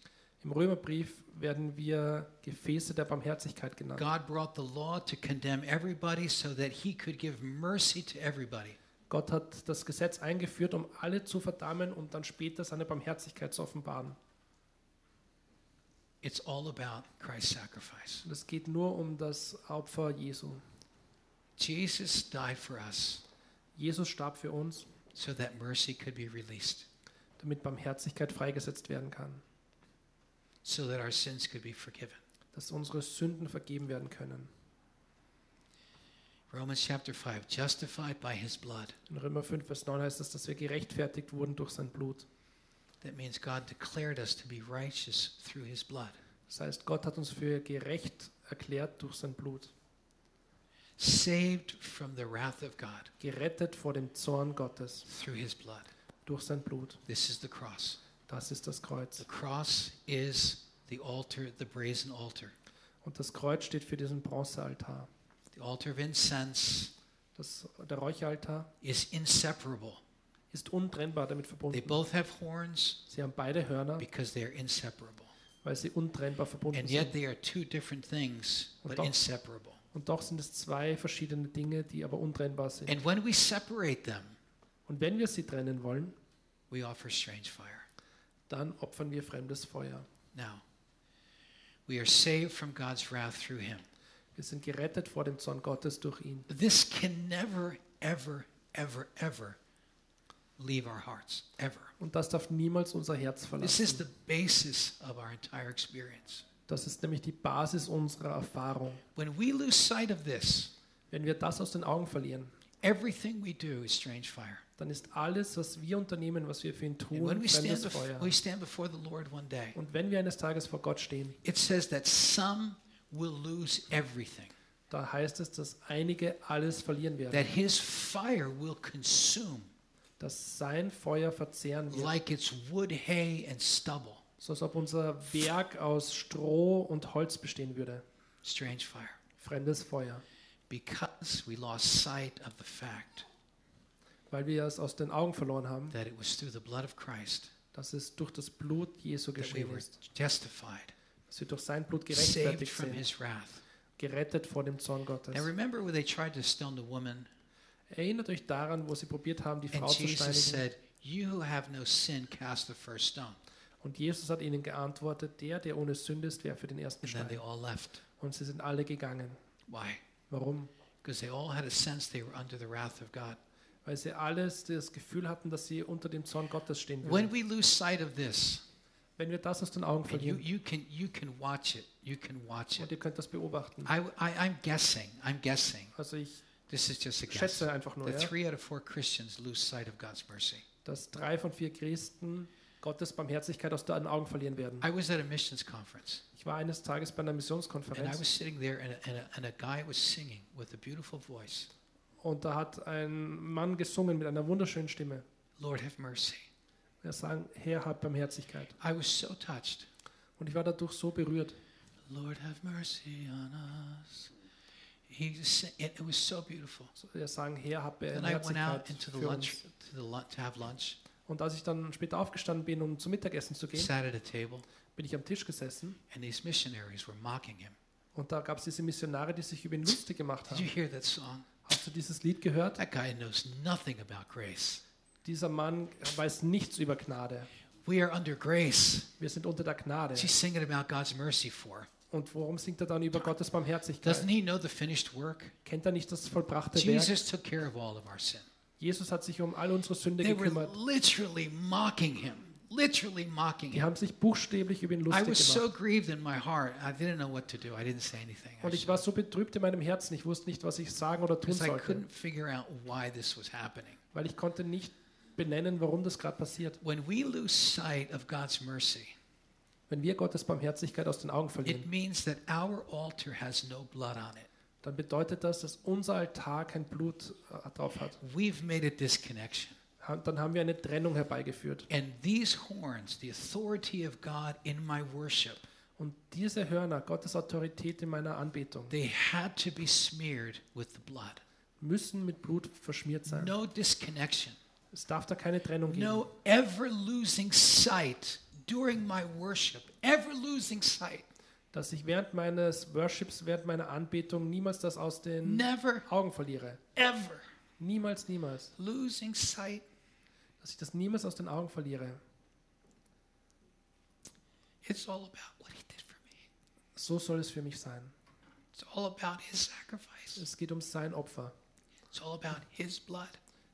Speaker 2: Im Römerbrief werden wir Gefäße der Barmherzigkeit genannt.
Speaker 1: God brought the law to condemn everybody so that he could give mercy to everybody.
Speaker 2: Gott hat das Gesetz eingeführt, um alle zu verdammen und dann später seine Barmherzigkeit zu offenbaren.
Speaker 1: It's all about Christ's sacrifice.
Speaker 2: Und es geht nur um das Opfer Jesu.
Speaker 1: Jesus died for us
Speaker 2: Jesus starb für uns,
Speaker 1: so that mercy could be released,
Speaker 2: damit Barmherzigkeit freigesetzt werden kann,
Speaker 1: so that our sins could be forgiven.
Speaker 2: dass unsere Sünden vergeben werden können.
Speaker 1: Romans chapter 5 justified by his blood.
Speaker 2: In Römer 5, Vers 9 heißt es, dass wir gerechtfertigt wurden durch sein Blut.
Speaker 1: That means God declared us to be righteous through his blood.
Speaker 2: Das heißt, Gott hat uns für gerecht erklärt durch sein Blut,
Speaker 1: Saved from the wrath of God
Speaker 2: gerettet vor dem Zorn Gottes
Speaker 1: through his blood.
Speaker 2: durch sein Blut.
Speaker 1: This is the cross.
Speaker 2: Das ist das
Speaker 1: The
Speaker 2: Kreuz.
Speaker 1: cross is the altar, the brazen altar,
Speaker 2: Und das Kreuz steht für diesen Bronzealtar.
Speaker 1: the altar of incense,
Speaker 2: Das, der Räucheraltar
Speaker 1: is inseparable.
Speaker 2: ist untrennbar damit
Speaker 1: They
Speaker 2: verbunden.
Speaker 1: both have horns
Speaker 2: Sie haben beide Hörner,
Speaker 1: because they are inseparable.
Speaker 2: weil sie untrennbar verbunden
Speaker 1: And yet
Speaker 2: sind.
Speaker 1: they are two different things, but inseparable.
Speaker 2: Und doch sind es zwei verschiedene Dinge, die aber untrennbar sind.
Speaker 1: And when we separate them,
Speaker 2: Und wenn wir sie trennen wollen,
Speaker 1: we offer strange fire.
Speaker 2: dann opfern wir fremdes Feuer.
Speaker 1: Now, we are saved from God's wrath through him.
Speaker 2: Wir sind gerettet vor dem Zorn Gottes durch ihn.
Speaker 1: This can never, ever, ever, ever leave our hearts, ever.
Speaker 2: Und das darf niemals unser Herz
Speaker 1: This is
Speaker 2: verlassen.
Speaker 1: the basis of our entire experience.
Speaker 2: Das ist nämlich die Basis unserer Erfahrung.
Speaker 1: When we lose sight of this,
Speaker 2: Wenn wir das aus den Augen verlieren,
Speaker 1: everything we do is strange fire.
Speaker 2: dann ist alles, was wir unternehmen, was wir für ihn
Speaker 1: And when
Speaker 2: tun,
Speaker 1: we stand,
Speaker 2: fremdes
Speaker 1: before,
Speaker 2: Feuer.
Speaker 1: we stand before the Lord one day,
Speaker 2: Und wenn wir eines Tages vor Gott stehen,
Speaker 1: it says that some will lose everything,
Speaker 2: da heißt es, dass einige alles verlieren werden.
Speaker 1: that his fire will consume
Speaker 2: dass sein Feuer verzehren wird,
Speaker 1: like it's wood, hay, and stubble.
Speaker 2: so als ob unser Werk aus Stroh und Holz bestehen würde.
Speaker 1: Strange fire.
Speaker 2: Fremdes Feuer,
Speaker 1: Because we lost sight of the fact
Speaker 2: weil wir es aus den Augen verloren haben,
Speaker 1: that it was through the blood of Christ
Speaker 2: dass es durch das Blut Jesu
Speaker 1: that we
Speaker 2: geschehen
Speaker 1: were
Speaker 2: ist,
Speaker 1: justified,
Speaker 2: dass wir durch sein Blut
Speaker 1: saved
Speaker 2: gerechtfertigt
Speaker 1: from
Speaker 2: sind,
Speaker 1: his wrath.
Speaker 2: gerettet vor dem Zorn
Speaker 1: Now
Speaker 2: Gottes.
Speaker 1: remember when they tried to stone the woman
Speaker 2: Erinnert euch daran, wo sie probiert haben, die
Speaker 1: and
Speaker 2: Frau zu
Speaker 1: Jesus
Speaker 2: steinigen
Speaker 1: said, You who have no sin, cast the first stone.
Speaker 2: Und Jesus hat ihnen geantwortet, der, der ohne Sünde ist, wer für den ersten
Speaker 1: And then they
Speaker 2: Stein.
Speaker 1: all left.
Speaker 2: Und sie sind alle gegangen.
Speaker 1: Why?
Speaker 2: Warum?
Speaker 1: Because they all had a sense they were under the wrath of God.
Speaker 2: Weil sie alles das Gefühl hatten, dass sie unter dem Zorn Gottes stehen
Speaker 1: When
Speaker 2: würden.
Speaker 1: we lose sight of this,
Speaker 2: Wenn wir das aus den Augen
Speaker 1: and you,
Speaker 2: verlieren,
Speaker 1: you can you can watch it. You can watch
Speaker 2: und
Speaker 1: it.
Speaker 2: ihr könnt das beobachten.
Speaker 1: I, I am guessing. I'm guessing.
Speaker 2: Also ich
Speaker 1: This is just a guess.
Speaker 2: schätze einfach nur,
Speaker 1: That
Speaker 2: ja,
Speaker 1: three out of four Christians lose sight of God's mercy.
Speaker 2: dass drei von vier Christen Gottes Barmherzigkeit aus den Augen verlieren werden.
Speaker 1: I was at a missions conference.
Speaker 2: Ich war eines Tages bei einer
Speaker 1: And I
Speaker 2: Missionskonferenz
Speaker 1: was sitting there, and a, and, a, and a guy was singing with a beautiful voice,
Speaker 2: und da hat ein Mann gesungen mit einer wunderschönen Stimme.
Speaker 1: Lord, have mercy.
Speaker 2: Er sang, Herr, hab Barmherzigkeit.
Speaker 1: I was so touched.
Speaker 2: Und ich war dadurch so berührt.
Speaker 1: Lord, have mercy on us. He just sang, it, it was so beautiful.
Speaker 2: So, Er sang, Herr, hab
Speaker 1: Then I went out
Speaker 2: Barmherzigkeit
Speaker 1: into the
Speaker 2: für
Speaker 1: lunch
Speaker 2: uns.
Speaker 1: to, the, lun- to have lunch,
Speaker 2: Und als ich dann später aufgestanden bin, um zum Mittagessen zu gehen,
Speaker 1: sat at a table,
Speaker 2: bin ich am Tisch gesessen
Speaker 1: and these missionaries were mocking him.
Speaker 2: und da gab es diese Missionare, die sich über ihn lustig gemacht
Speaker 1: Did you
Speaker 2: haben.
Speaker 1: hear that song?
Speaker 2: Hast du dieses Lied gehört?
Speaker 1: That guy knows nothing about grace.
Speaker 2: Dieser Mann weiß nichts über Gnade.
Speaker 1: We are under grace.
Speaker 2: Wir sind unter der Gnade.
Speaker 1: What's he singing about God's mercy for?
Speaker 2: Und warum singt er dann über Gottes
Speaker 1: Doesn't
Speaker 2: Barmherzigkeit?
Speaker 1: he know the finished work?
Speaker 2: Kennt er nicht das vollbrachte Werk?
Speaker 1: Jesus took care of all of our sin.
Speaker 2: Jesus hat sich um all unsere Sünde
Speaker 1: They were
Speaker 2: gekümmert.
Speaker 1: literally mocking him, literally mocking
Speaker 2: Die
Speaker 1: him.
Speaker 2: haben sich buchstäblich über ihn
Speaker 1: I
Speaker 2: lustig
Speaker 1: was so
Speaker 2: gemacht.
Speaker 1: grieved in my heart. I didn't know what to do. I didn't say anything.
Speaker 2: Und ich war so betrübt in meinem Herzen. Ich wusste nicht, was ich sagen oder tun
Speaker 1: Because I
Speaker 2: sollte,
Speaker 1: couldn't figure out why this was happening.
Speaker 2: weil ich konnte nicht benennen, warum das gerade passiert.
Speaker 1: When we lose sight of God's mercy,
Speaker 2: Wenn wir Gottes Barmherzigkeit aus den Augen verlieren,
Speaker 1: it means that our altar has no blood on it.
Speaker 2: dann bedeutet das, dass unser Altar kein Blut äh, drauf hat.
Speaker 1: We've made a disconnection.
Speaker 2: Ha- Dann haben wir eine Trennung herbeigeführt.
Speaker 1: And these horns, the authority of God in my worship,
Speaker 2: Und diese Hörner, Gottes Autorität in meiner Anbetung,
Speaker 1: they had to be smeared with the blood.
Speaker 2: müssen mit Blut verschmiert sein.
Speaker 1: No disconnection.
Speaker 2: Es darf da keine Trennung geben.
Speaker 1: No ever losing sight during my worship, ever losing sight,
Speaker 2: Dass ich während meines Worships, während meiner Anbetung niemals das aus den
Speaker 1: never
Speaker 2: Augen verliere.
Speaker 1: ever
Speaker 2: Niemals, niemals.
Speaker 1: losing sight.
Speaker 2: Dass ich das niemals aus den Augen verliere.
Speaker 1: It's all about what he did for me.
Speaker 2: So soll es für mich sein.
Speaker 1: It's all about his sacrifice.
Speaker 2: Es geht um sein Opfer.
Speaker 1: It's all about his blood.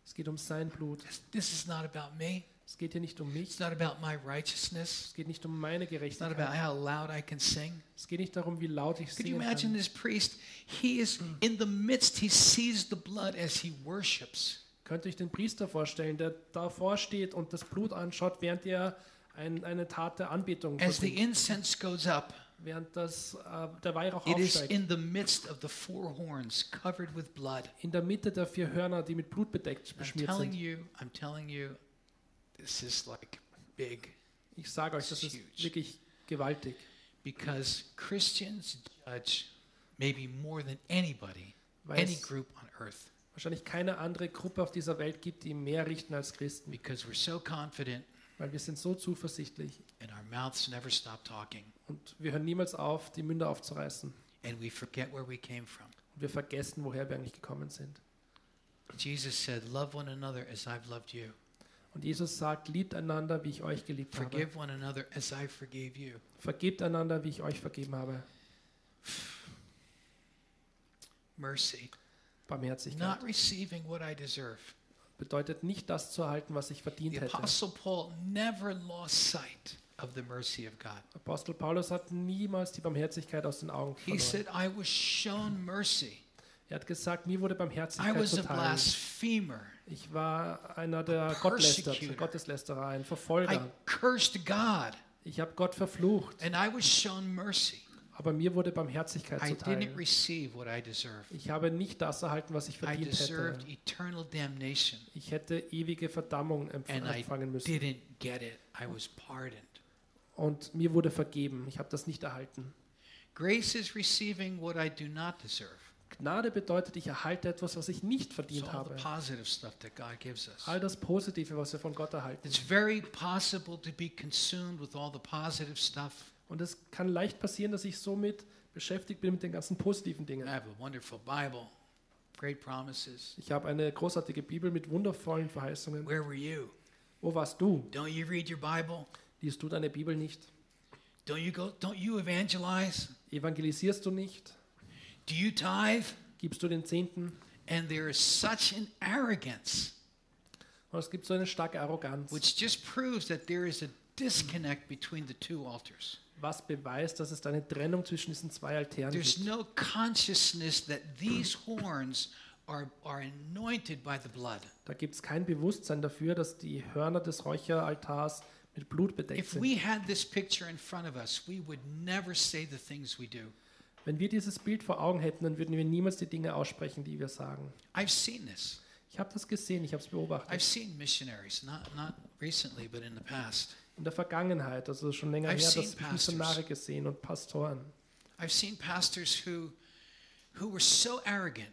Speaker 2: Es geht um sein Blut.
Speaker 1: This- This is not about me.
Speaker 2: Es geht hier nicht um
Speaker 1: It's
Speaker 2: mich.
Speaker 1: not about my righteousness.
Speaker 2: Es geht nicht um meine
Speaker 1: It's not about
Speaker 2: Gerechtigkeit.
Speaker 1: how loud I can sing.
Speaker 2: Es geht nicht darum, wie laut ich
Speaker 1: Could you
Speaker 2: singen
Speaker 1: imagine
Speaker 2: kann.
Speaker 1: this priest? He is in the midst. He sees the blood as he worships.
Speaker 2: Könnt ihr euch den Priester vorstellen, der davor steht und das Blut anschaut, während er ein, eine Tat der Anbetung
Speaker 1: As the
Speaker 2: verbringt,
Speaker 1: incense goes up,
Speaker 2: während das, äh, der Weihrauch
Speaker 1: It is
Speaker 2: aufsteigt.
Speaker 1: in the midst of the four horns covered with blood.
Speaker 2: In der Mitte der vier Hörner, die mit Blut bedeckt,
Speaker 1: I'm
Speaker 2: beschmiert
Speaker 1: telling
Speaker 2: sind.
Speaker 1: you, I'm telling you, this is like big
Speaker 2: Ich sage euch, das
Speaker 1: It's
Speaker 2: ist
Speaker 1: huge.
Speaker 2: wirklich gewaltig.
Speaker 1: because Christians judge maybe more than anybody,
Speaker 2: Weil
Speaker 1: any
Speaker 2: es
Speaker 1: group on earth,
Speaker 2: wahrscheinlich keine andere Gruppe auf dieser Welt gibt, die mehr richten als Christen.
Speaker 1: because we're so confident
Speaker 2: Weil wir sind so zuversichtlich
Speaker 1: and our mouths never stop talking
Speaker 2: und wir hören niemals auf, die Münder aufzureißen.
Speaker 1: and we forget where we came from.
Speaker 2: Und wir vergessen, woher wir eigentlich gekommen sind.
Speaker 1: Jesus said, Love one another as I've loved you,
Speaker 2: Und Jesus sagt, liebt einander, wie ich euch geliebt habe.
Speaker 1: forgive one another as I forgave you.
Speaker 2: Vergebt einander, wie ich euch vergeben habe.
Speaker 1: Mercy,
Speaker 2: Barmherzigkeit
Speaker 1: not receiving what I deserve.
Speaker 2: bedeutet nicht das zu erhalten, was ich verdient
Speaker 1: The
Speaker 2: hätte.
Speaker 1: Apostle Paul never lost sight of the mercy of God.
Speaker 2: Apostel Paulus hat niemals die Barmherzigkeit aus den Augen
Speaker 1: He
Speaker 2: verloren.
Speaker 1: said, I was shown mercy.
Speaker 2: Er hat gesagt, mir wurde
Speaker 1: I
Speaker 2: Barmherzigkeit
Speaker 1: was a
Speaker 2: zuteil.
Speaker 1: blasphemer.
Speaker 2: Ich war einer der
Speaker 1: Persecutor.
Speaker 2: Gottlästerer, Gotteslästerer, ein
Speaker 1: I
Speaker 2: Verfolger.
Speaker 1: cursed God
Speaker 2: Ich habe Gott verflucht,
Speaker 1: and I was shown mercy.
Speaker 2: aber mir wurde Barmherzigkeit
Speaker 1: I didn't
Speaker 2: zuteil.
Speaker 1: receive what I deserve.
Speaker 2: Ich habe nicht das erhalten, was ich
Speaker 1: I
Speaker 2: verdient hätte.
Speaker 1: deserved e- eternal damnation
Speaker 2: Ich hätte ewige Verdammung empf-
Speaker 1: and I
Speaker 2: empfangen müssen.
Speaker 1: didn't get it. I was pardoned.
Speaker 2: Und mir wurde vergeben. Ich habe das nicht erhalten.
Speaker 1: Grace is receiving what I do not deserve.
Speaker 2: Gnade bedeutet, ich erhalte etwas, was ich nicht
Speaker 1: It's
Speaker 2: verdient
Speaker 1: all the
Speaker 2: habe.
Speaker 1: positive stuff that God gives us.
Speaker 2: All das Positive, was wir von Gott erhalten.
Speaker 1: It's very possible to be consumed with all the positive stuff.
Speaker 2: Und es kann leicht passieren, dass ich somit beschäftigt bin mit den ganzen positiven
Speaker 1: I
Speaker 2: Dingen.
Speaker 1: have a wonderful Bible, great promises.
Speaker 2: Ich habe eine großartige Bibel mit wundervollen Verheißungen.
Speaker 1: Where were you?
Speaker 2: Wo warst du?
Speaker 1: Don't you read your Bible?
Speaker 2: Liest du deine Bibel nicht?
Speaker 1: Don't you go don't you evangelize?
Speaker 2: Evangelisierst du nicht?
Speaker 1: Do you tithe?
Speaker 2: Gibst du den Zehnten?
Speaker 1: And there is such an arrogance
Speaker 2: Und es gibt so eine starke Arroganz,
Speaker 1: which just proves that there is a disconnect between the two altars.
Speaker 2: was beweist, dass es da eine Trennung zwischen diesen zwei Altären
Speaker 1: There's
Speaker 2: gibt.
Speaker 1: no consciousness that these horns are, are anointed by the blood.
Speaker 2: Da gibt es kein Bewusstsein dafür, dass die Hörner des Räucheraltars mit Blut bedeckt
Speaker 1: If
Speaker 2: sind.
Speaker 1: we had this picture in front of us, we would never say the things we do.
Speaker 2: Wenn wir dieses Bild vor Augen hätten, dann würden wir niemals die Dinge aussprechen, die wir sagen.
Speaker 1: I've seen this.
Speaker 2: Ich habe das gesehen, ich habe es
Speaker 1: I've
Speaker 2: beobachtet.
Speaker 1: seen missionaries, not, not recently, but in the past.
Speaker 2: In der Vergangenheit, also schon länger
Speaker 1: I've
Speaker 2: her,
Speaker 1: seen
Speaker 2: das Missionare
Speaker 1: pastors.
Speaker 2: gesehen und Pastoren.
Speaker 1: I've seen pastors who, who were so arrogant,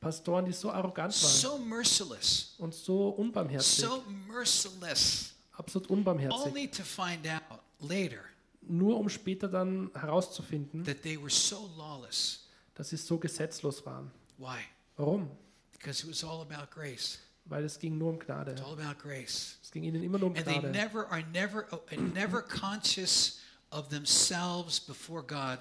Speaker 2: Pastoren, die so arrogant waren
Speaker 1: so merciless,
Speaker 2: und so unbarmherzig,
Speaker 1: so merciless,
Speaker 2: absolut unbarmherzig,
Speaker 1: only to find out later
Speaker 2: nur um später dann herauszufinden,
Speaker 1: that they were so lawless.
Speaker 2: dass sie so gesetzlos waren.
Speaker 1: Why?
Speaker 2: Warum?
Speaker 1: Because it was all about grace.
Speaker 2: Weil es ging nur um Gnade.
Speaker 1: It's all about grace.
Speaker 2: Es ging ihnen immer nur um
Speaker 1: And they
Speaker 2: Gnade.
Speaker 1: never are never are never conscious of themselves before God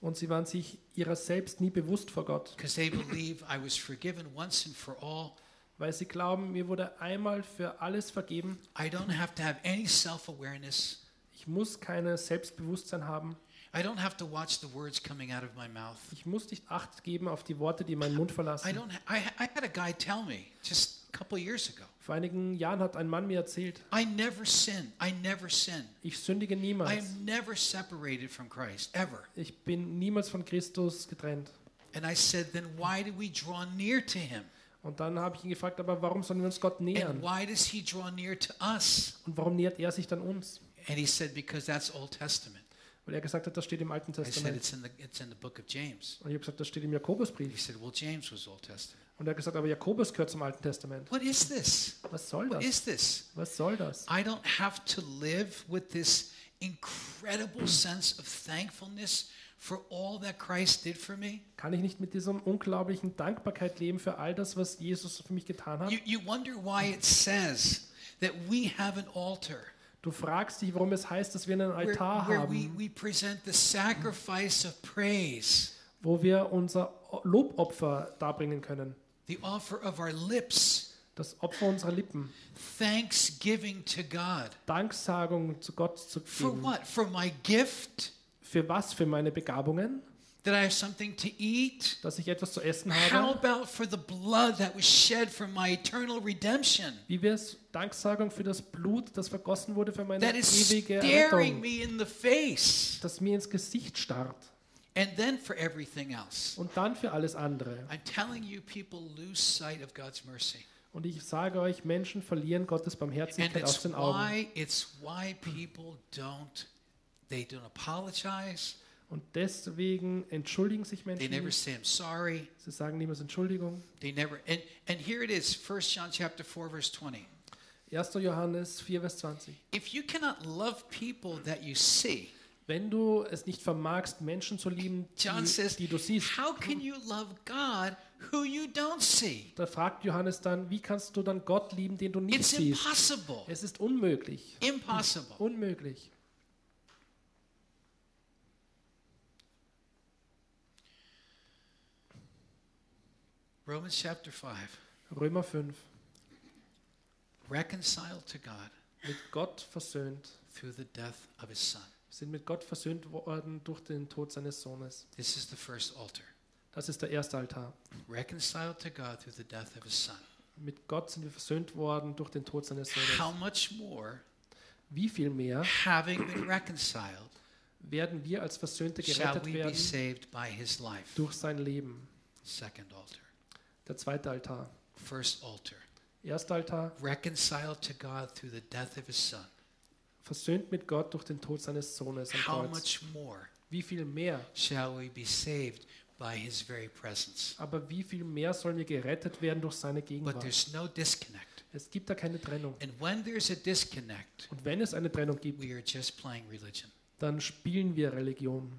Speaker 2: Und sie waren sich ihrer selbst nie bewusst vor Gott,
Speaker 1: because they believe I was forgiven once and for all.
Speaker 2: weil sie glauben, mir wurde einmal für alles vergeben.
Speaker 1: I don't have to have any self-awareness.
Speaker 2: Ich muss keine Selbstbewusstsein haben.
Speaker 1: I don't have to watch the words coming out of my mouth.
Speaker 2: Ich muss nicht Acht geben auf die Worte, die meinen Mund
Speaker 1: I
Speaker 2: verlassen.
Speaker 1: don't ha- I, I had a guy tell me just a couple years ago.
Speaker 2: Vor einigen Jahren hat ein Mann mir erzählt,
Speaker 1: I never sin. I never sin.
Speaker 2: ich sündige
Speaker 1: I
Speaker 2: niemals.
Speaker 1: am never separated from Christ ever.
Speaker 2: Ich bin niemals von Christus getrennt.
Speaker 1: And I said, then why do we draw near to him?
Speaker 2: Und dann habe ich ihn gefragt, aber warum sollen wir uns Gott
Speaker 1: And
Speaker 2: nähern?
Speaker 1: why does he draw near to us?
Speaker 2: Und warum nähert er sich dann uns?
Speaker 1: And he said, because that's Old Testament.
Speaker 2: Weil er gesagt hat, das steht im Alten
Speaker 1: I said,
Speaker 2: Testament.
Speaker 1: it's in the it's in the book of James.
Speaker 2: Und ich habe gesagt, das steht im
Speaker 1: He
Speaker 2: Jakobusbrief.
Speaker 1: said, well, James was Old Testament.
Speaker 2: Und er hat gesagt, aber Jakobus gehört zum Alten Testament.
Speaker 1: What is this?
Speaker 2: Was soll
Speaker 1: What
Speaker 2: das?
Speaker 1: is this?
Speaker 2: Was soll das?
Speaker 1: I don't have to live with this incredible sense of thankfulness for all that Christ did for me.
Speaker 2: Kann ich nicht mit dieser unglaublichen Dankbarkeit leben für all das, was Jesus für mich getan hat?
Speaker 1: You you wonder why it says that we have an altar
Speaker 2: Du fragst dich, warum es heißt, dass wir einen
Speaker 1: where,
Speaker 2: Altar
Speaker 1: where we,
Speaker 2: haben,
Speaker 1: we present the sacrifice of praise,
Speaker 2: wo wir unser O- Lobopfer darbringen können.
Speaker 1: the offer of our lips,
Speaker 2: Das Opfer unserer Lippen.
Speaker 1: thanksgiving to God.
Speaker 2: Danksagung zu Gott zu
Speaker 1: For
Speaker 2: geben.
Speaker 1: what? For my gift?
Speaker 2: Für was? Für meine Begabungen?
Speaker 1: that I have something to eat?
Speaker 2: Dass ich etwas zu essen
Speaker 1: How
Speaker 2: habe?
Speaker 1: about for the blood that was shed for my eternal redemption
Speaker 2: Wie wäre es Danksagung für das Blut, das vergossen wurde für meine
Speaker 1: that is
Speaker 2: ewige
Speaker 1: staring
Speaker 2: Errettung?
Speaker 1: me in the face?
Speaker 2: Das mir ins Gesicht starrt.
Speaker 1: And then for everything else.
Speaker 2: Und dann für alles andere.
Speaker 1: I'm telling you, people lose sight of God's mercy.
Speaker 2: Und ich sage euch, Menschen verlieren Gottes
Speaker 1: And
Speaker 2: Barmherzigkeit aus
Speaker 1: it's
Speaker 2: den Augen.
Speaker 1: why it's why people don't they don't apologize.
Speaker 2: Und deswegen entschuldigen sich
Speaker 1: They
Speaker 2: Menschen.
Speaker 1: never
Speaker 2: nicht.
Speaker 1: say I'm sorry.
Speaker 2: Sie sagen niemals Entschuldigung.
Speaker 1: They never and, and here it is, 1 John chapter 4, verse 20.
Speaker 2: 1. Johannes 4, Vers 20.
Speaker 1: If you cannot love people that you see,
Speaker 2: Wenn du es nicht vermagst, Menschen zu lieben,
Speaker 1: John
Speaker 2: die,
Speaker 1: says,
Speaker 2: die du siehst,
Speaker 1: How can you love God who you don't see?
Speaker 2: da fragt Johannes dann, wie kannst du dann Gott lieben, den du nicht
Speaker 1: It's
Speaker 2: siehst?
Speaker 1: impossible.
Speaker 2: Es ist unmöglich.
Speaker 1: Impossible.
Speaker 2: Unmöglich.
Speaker 1: Romans chapter 5.
Speaker 2: Römer 5.
Speaker 1: Reconciled to God
Speaker 2: Mit Gott versöhnt.
Speaker 1: through the death of his son.
Speaker 2: Sind mit Gott versöhnt worden durch den Tod seines Sohnes.
Speaker 1: This is the first altar.
Speaker 2: Das ist der erste Altar.
Speaker 1: Reconciled to God through the death of his son.
Speaker 2: Mit Gott sind wir versöhnt worden durch den Tod seines
Speaker 1: How
Speaker 2: Sohnes.
Speaker 1: much more,
Speaker 2: Wie viel mehr
Speaker 1: having been reconciled,
Speaker 2: werden wir als Versöhnte
Speaker 1: shall
Speaker 2: gerettet
Speaker 1: we be
Speaker 2: werden?
Speaker 1: saved by his life?
Speaker 2: durch sein Leben.
Speaker 1: Second altar.
Speaker 2: Der zweite Altar.
Speaker 1: First altar.
Speaker 2: Erster Altar,
Speaker 1: Reconciled to God through the death of his son.
Speaker 2: versöhnt mit Gott durch den Tod seines Sohnes am
Speaker 1: How
Speaker 2: Kreuz.
Speaker 1: much more?
Speaker 2: Wie viel mehr?
Speaker 1: shall we be saved by his very presence.
Speaker 2: Aber wie viel mehr sollen wir gerettet werden durch seine
Speaker 1: But
Speaker 2: Gegenwart?
Speaker 1: there's no disconnect.
Speaker 2: Es gibt da keine Trennung.
Speaker 1: And when there's a disconnect,
Speaker 2: Und wenn es eine Trennung gibt,
Speaker 1: we are just playing religion.
Speaker 2: dann spielen wir Religion.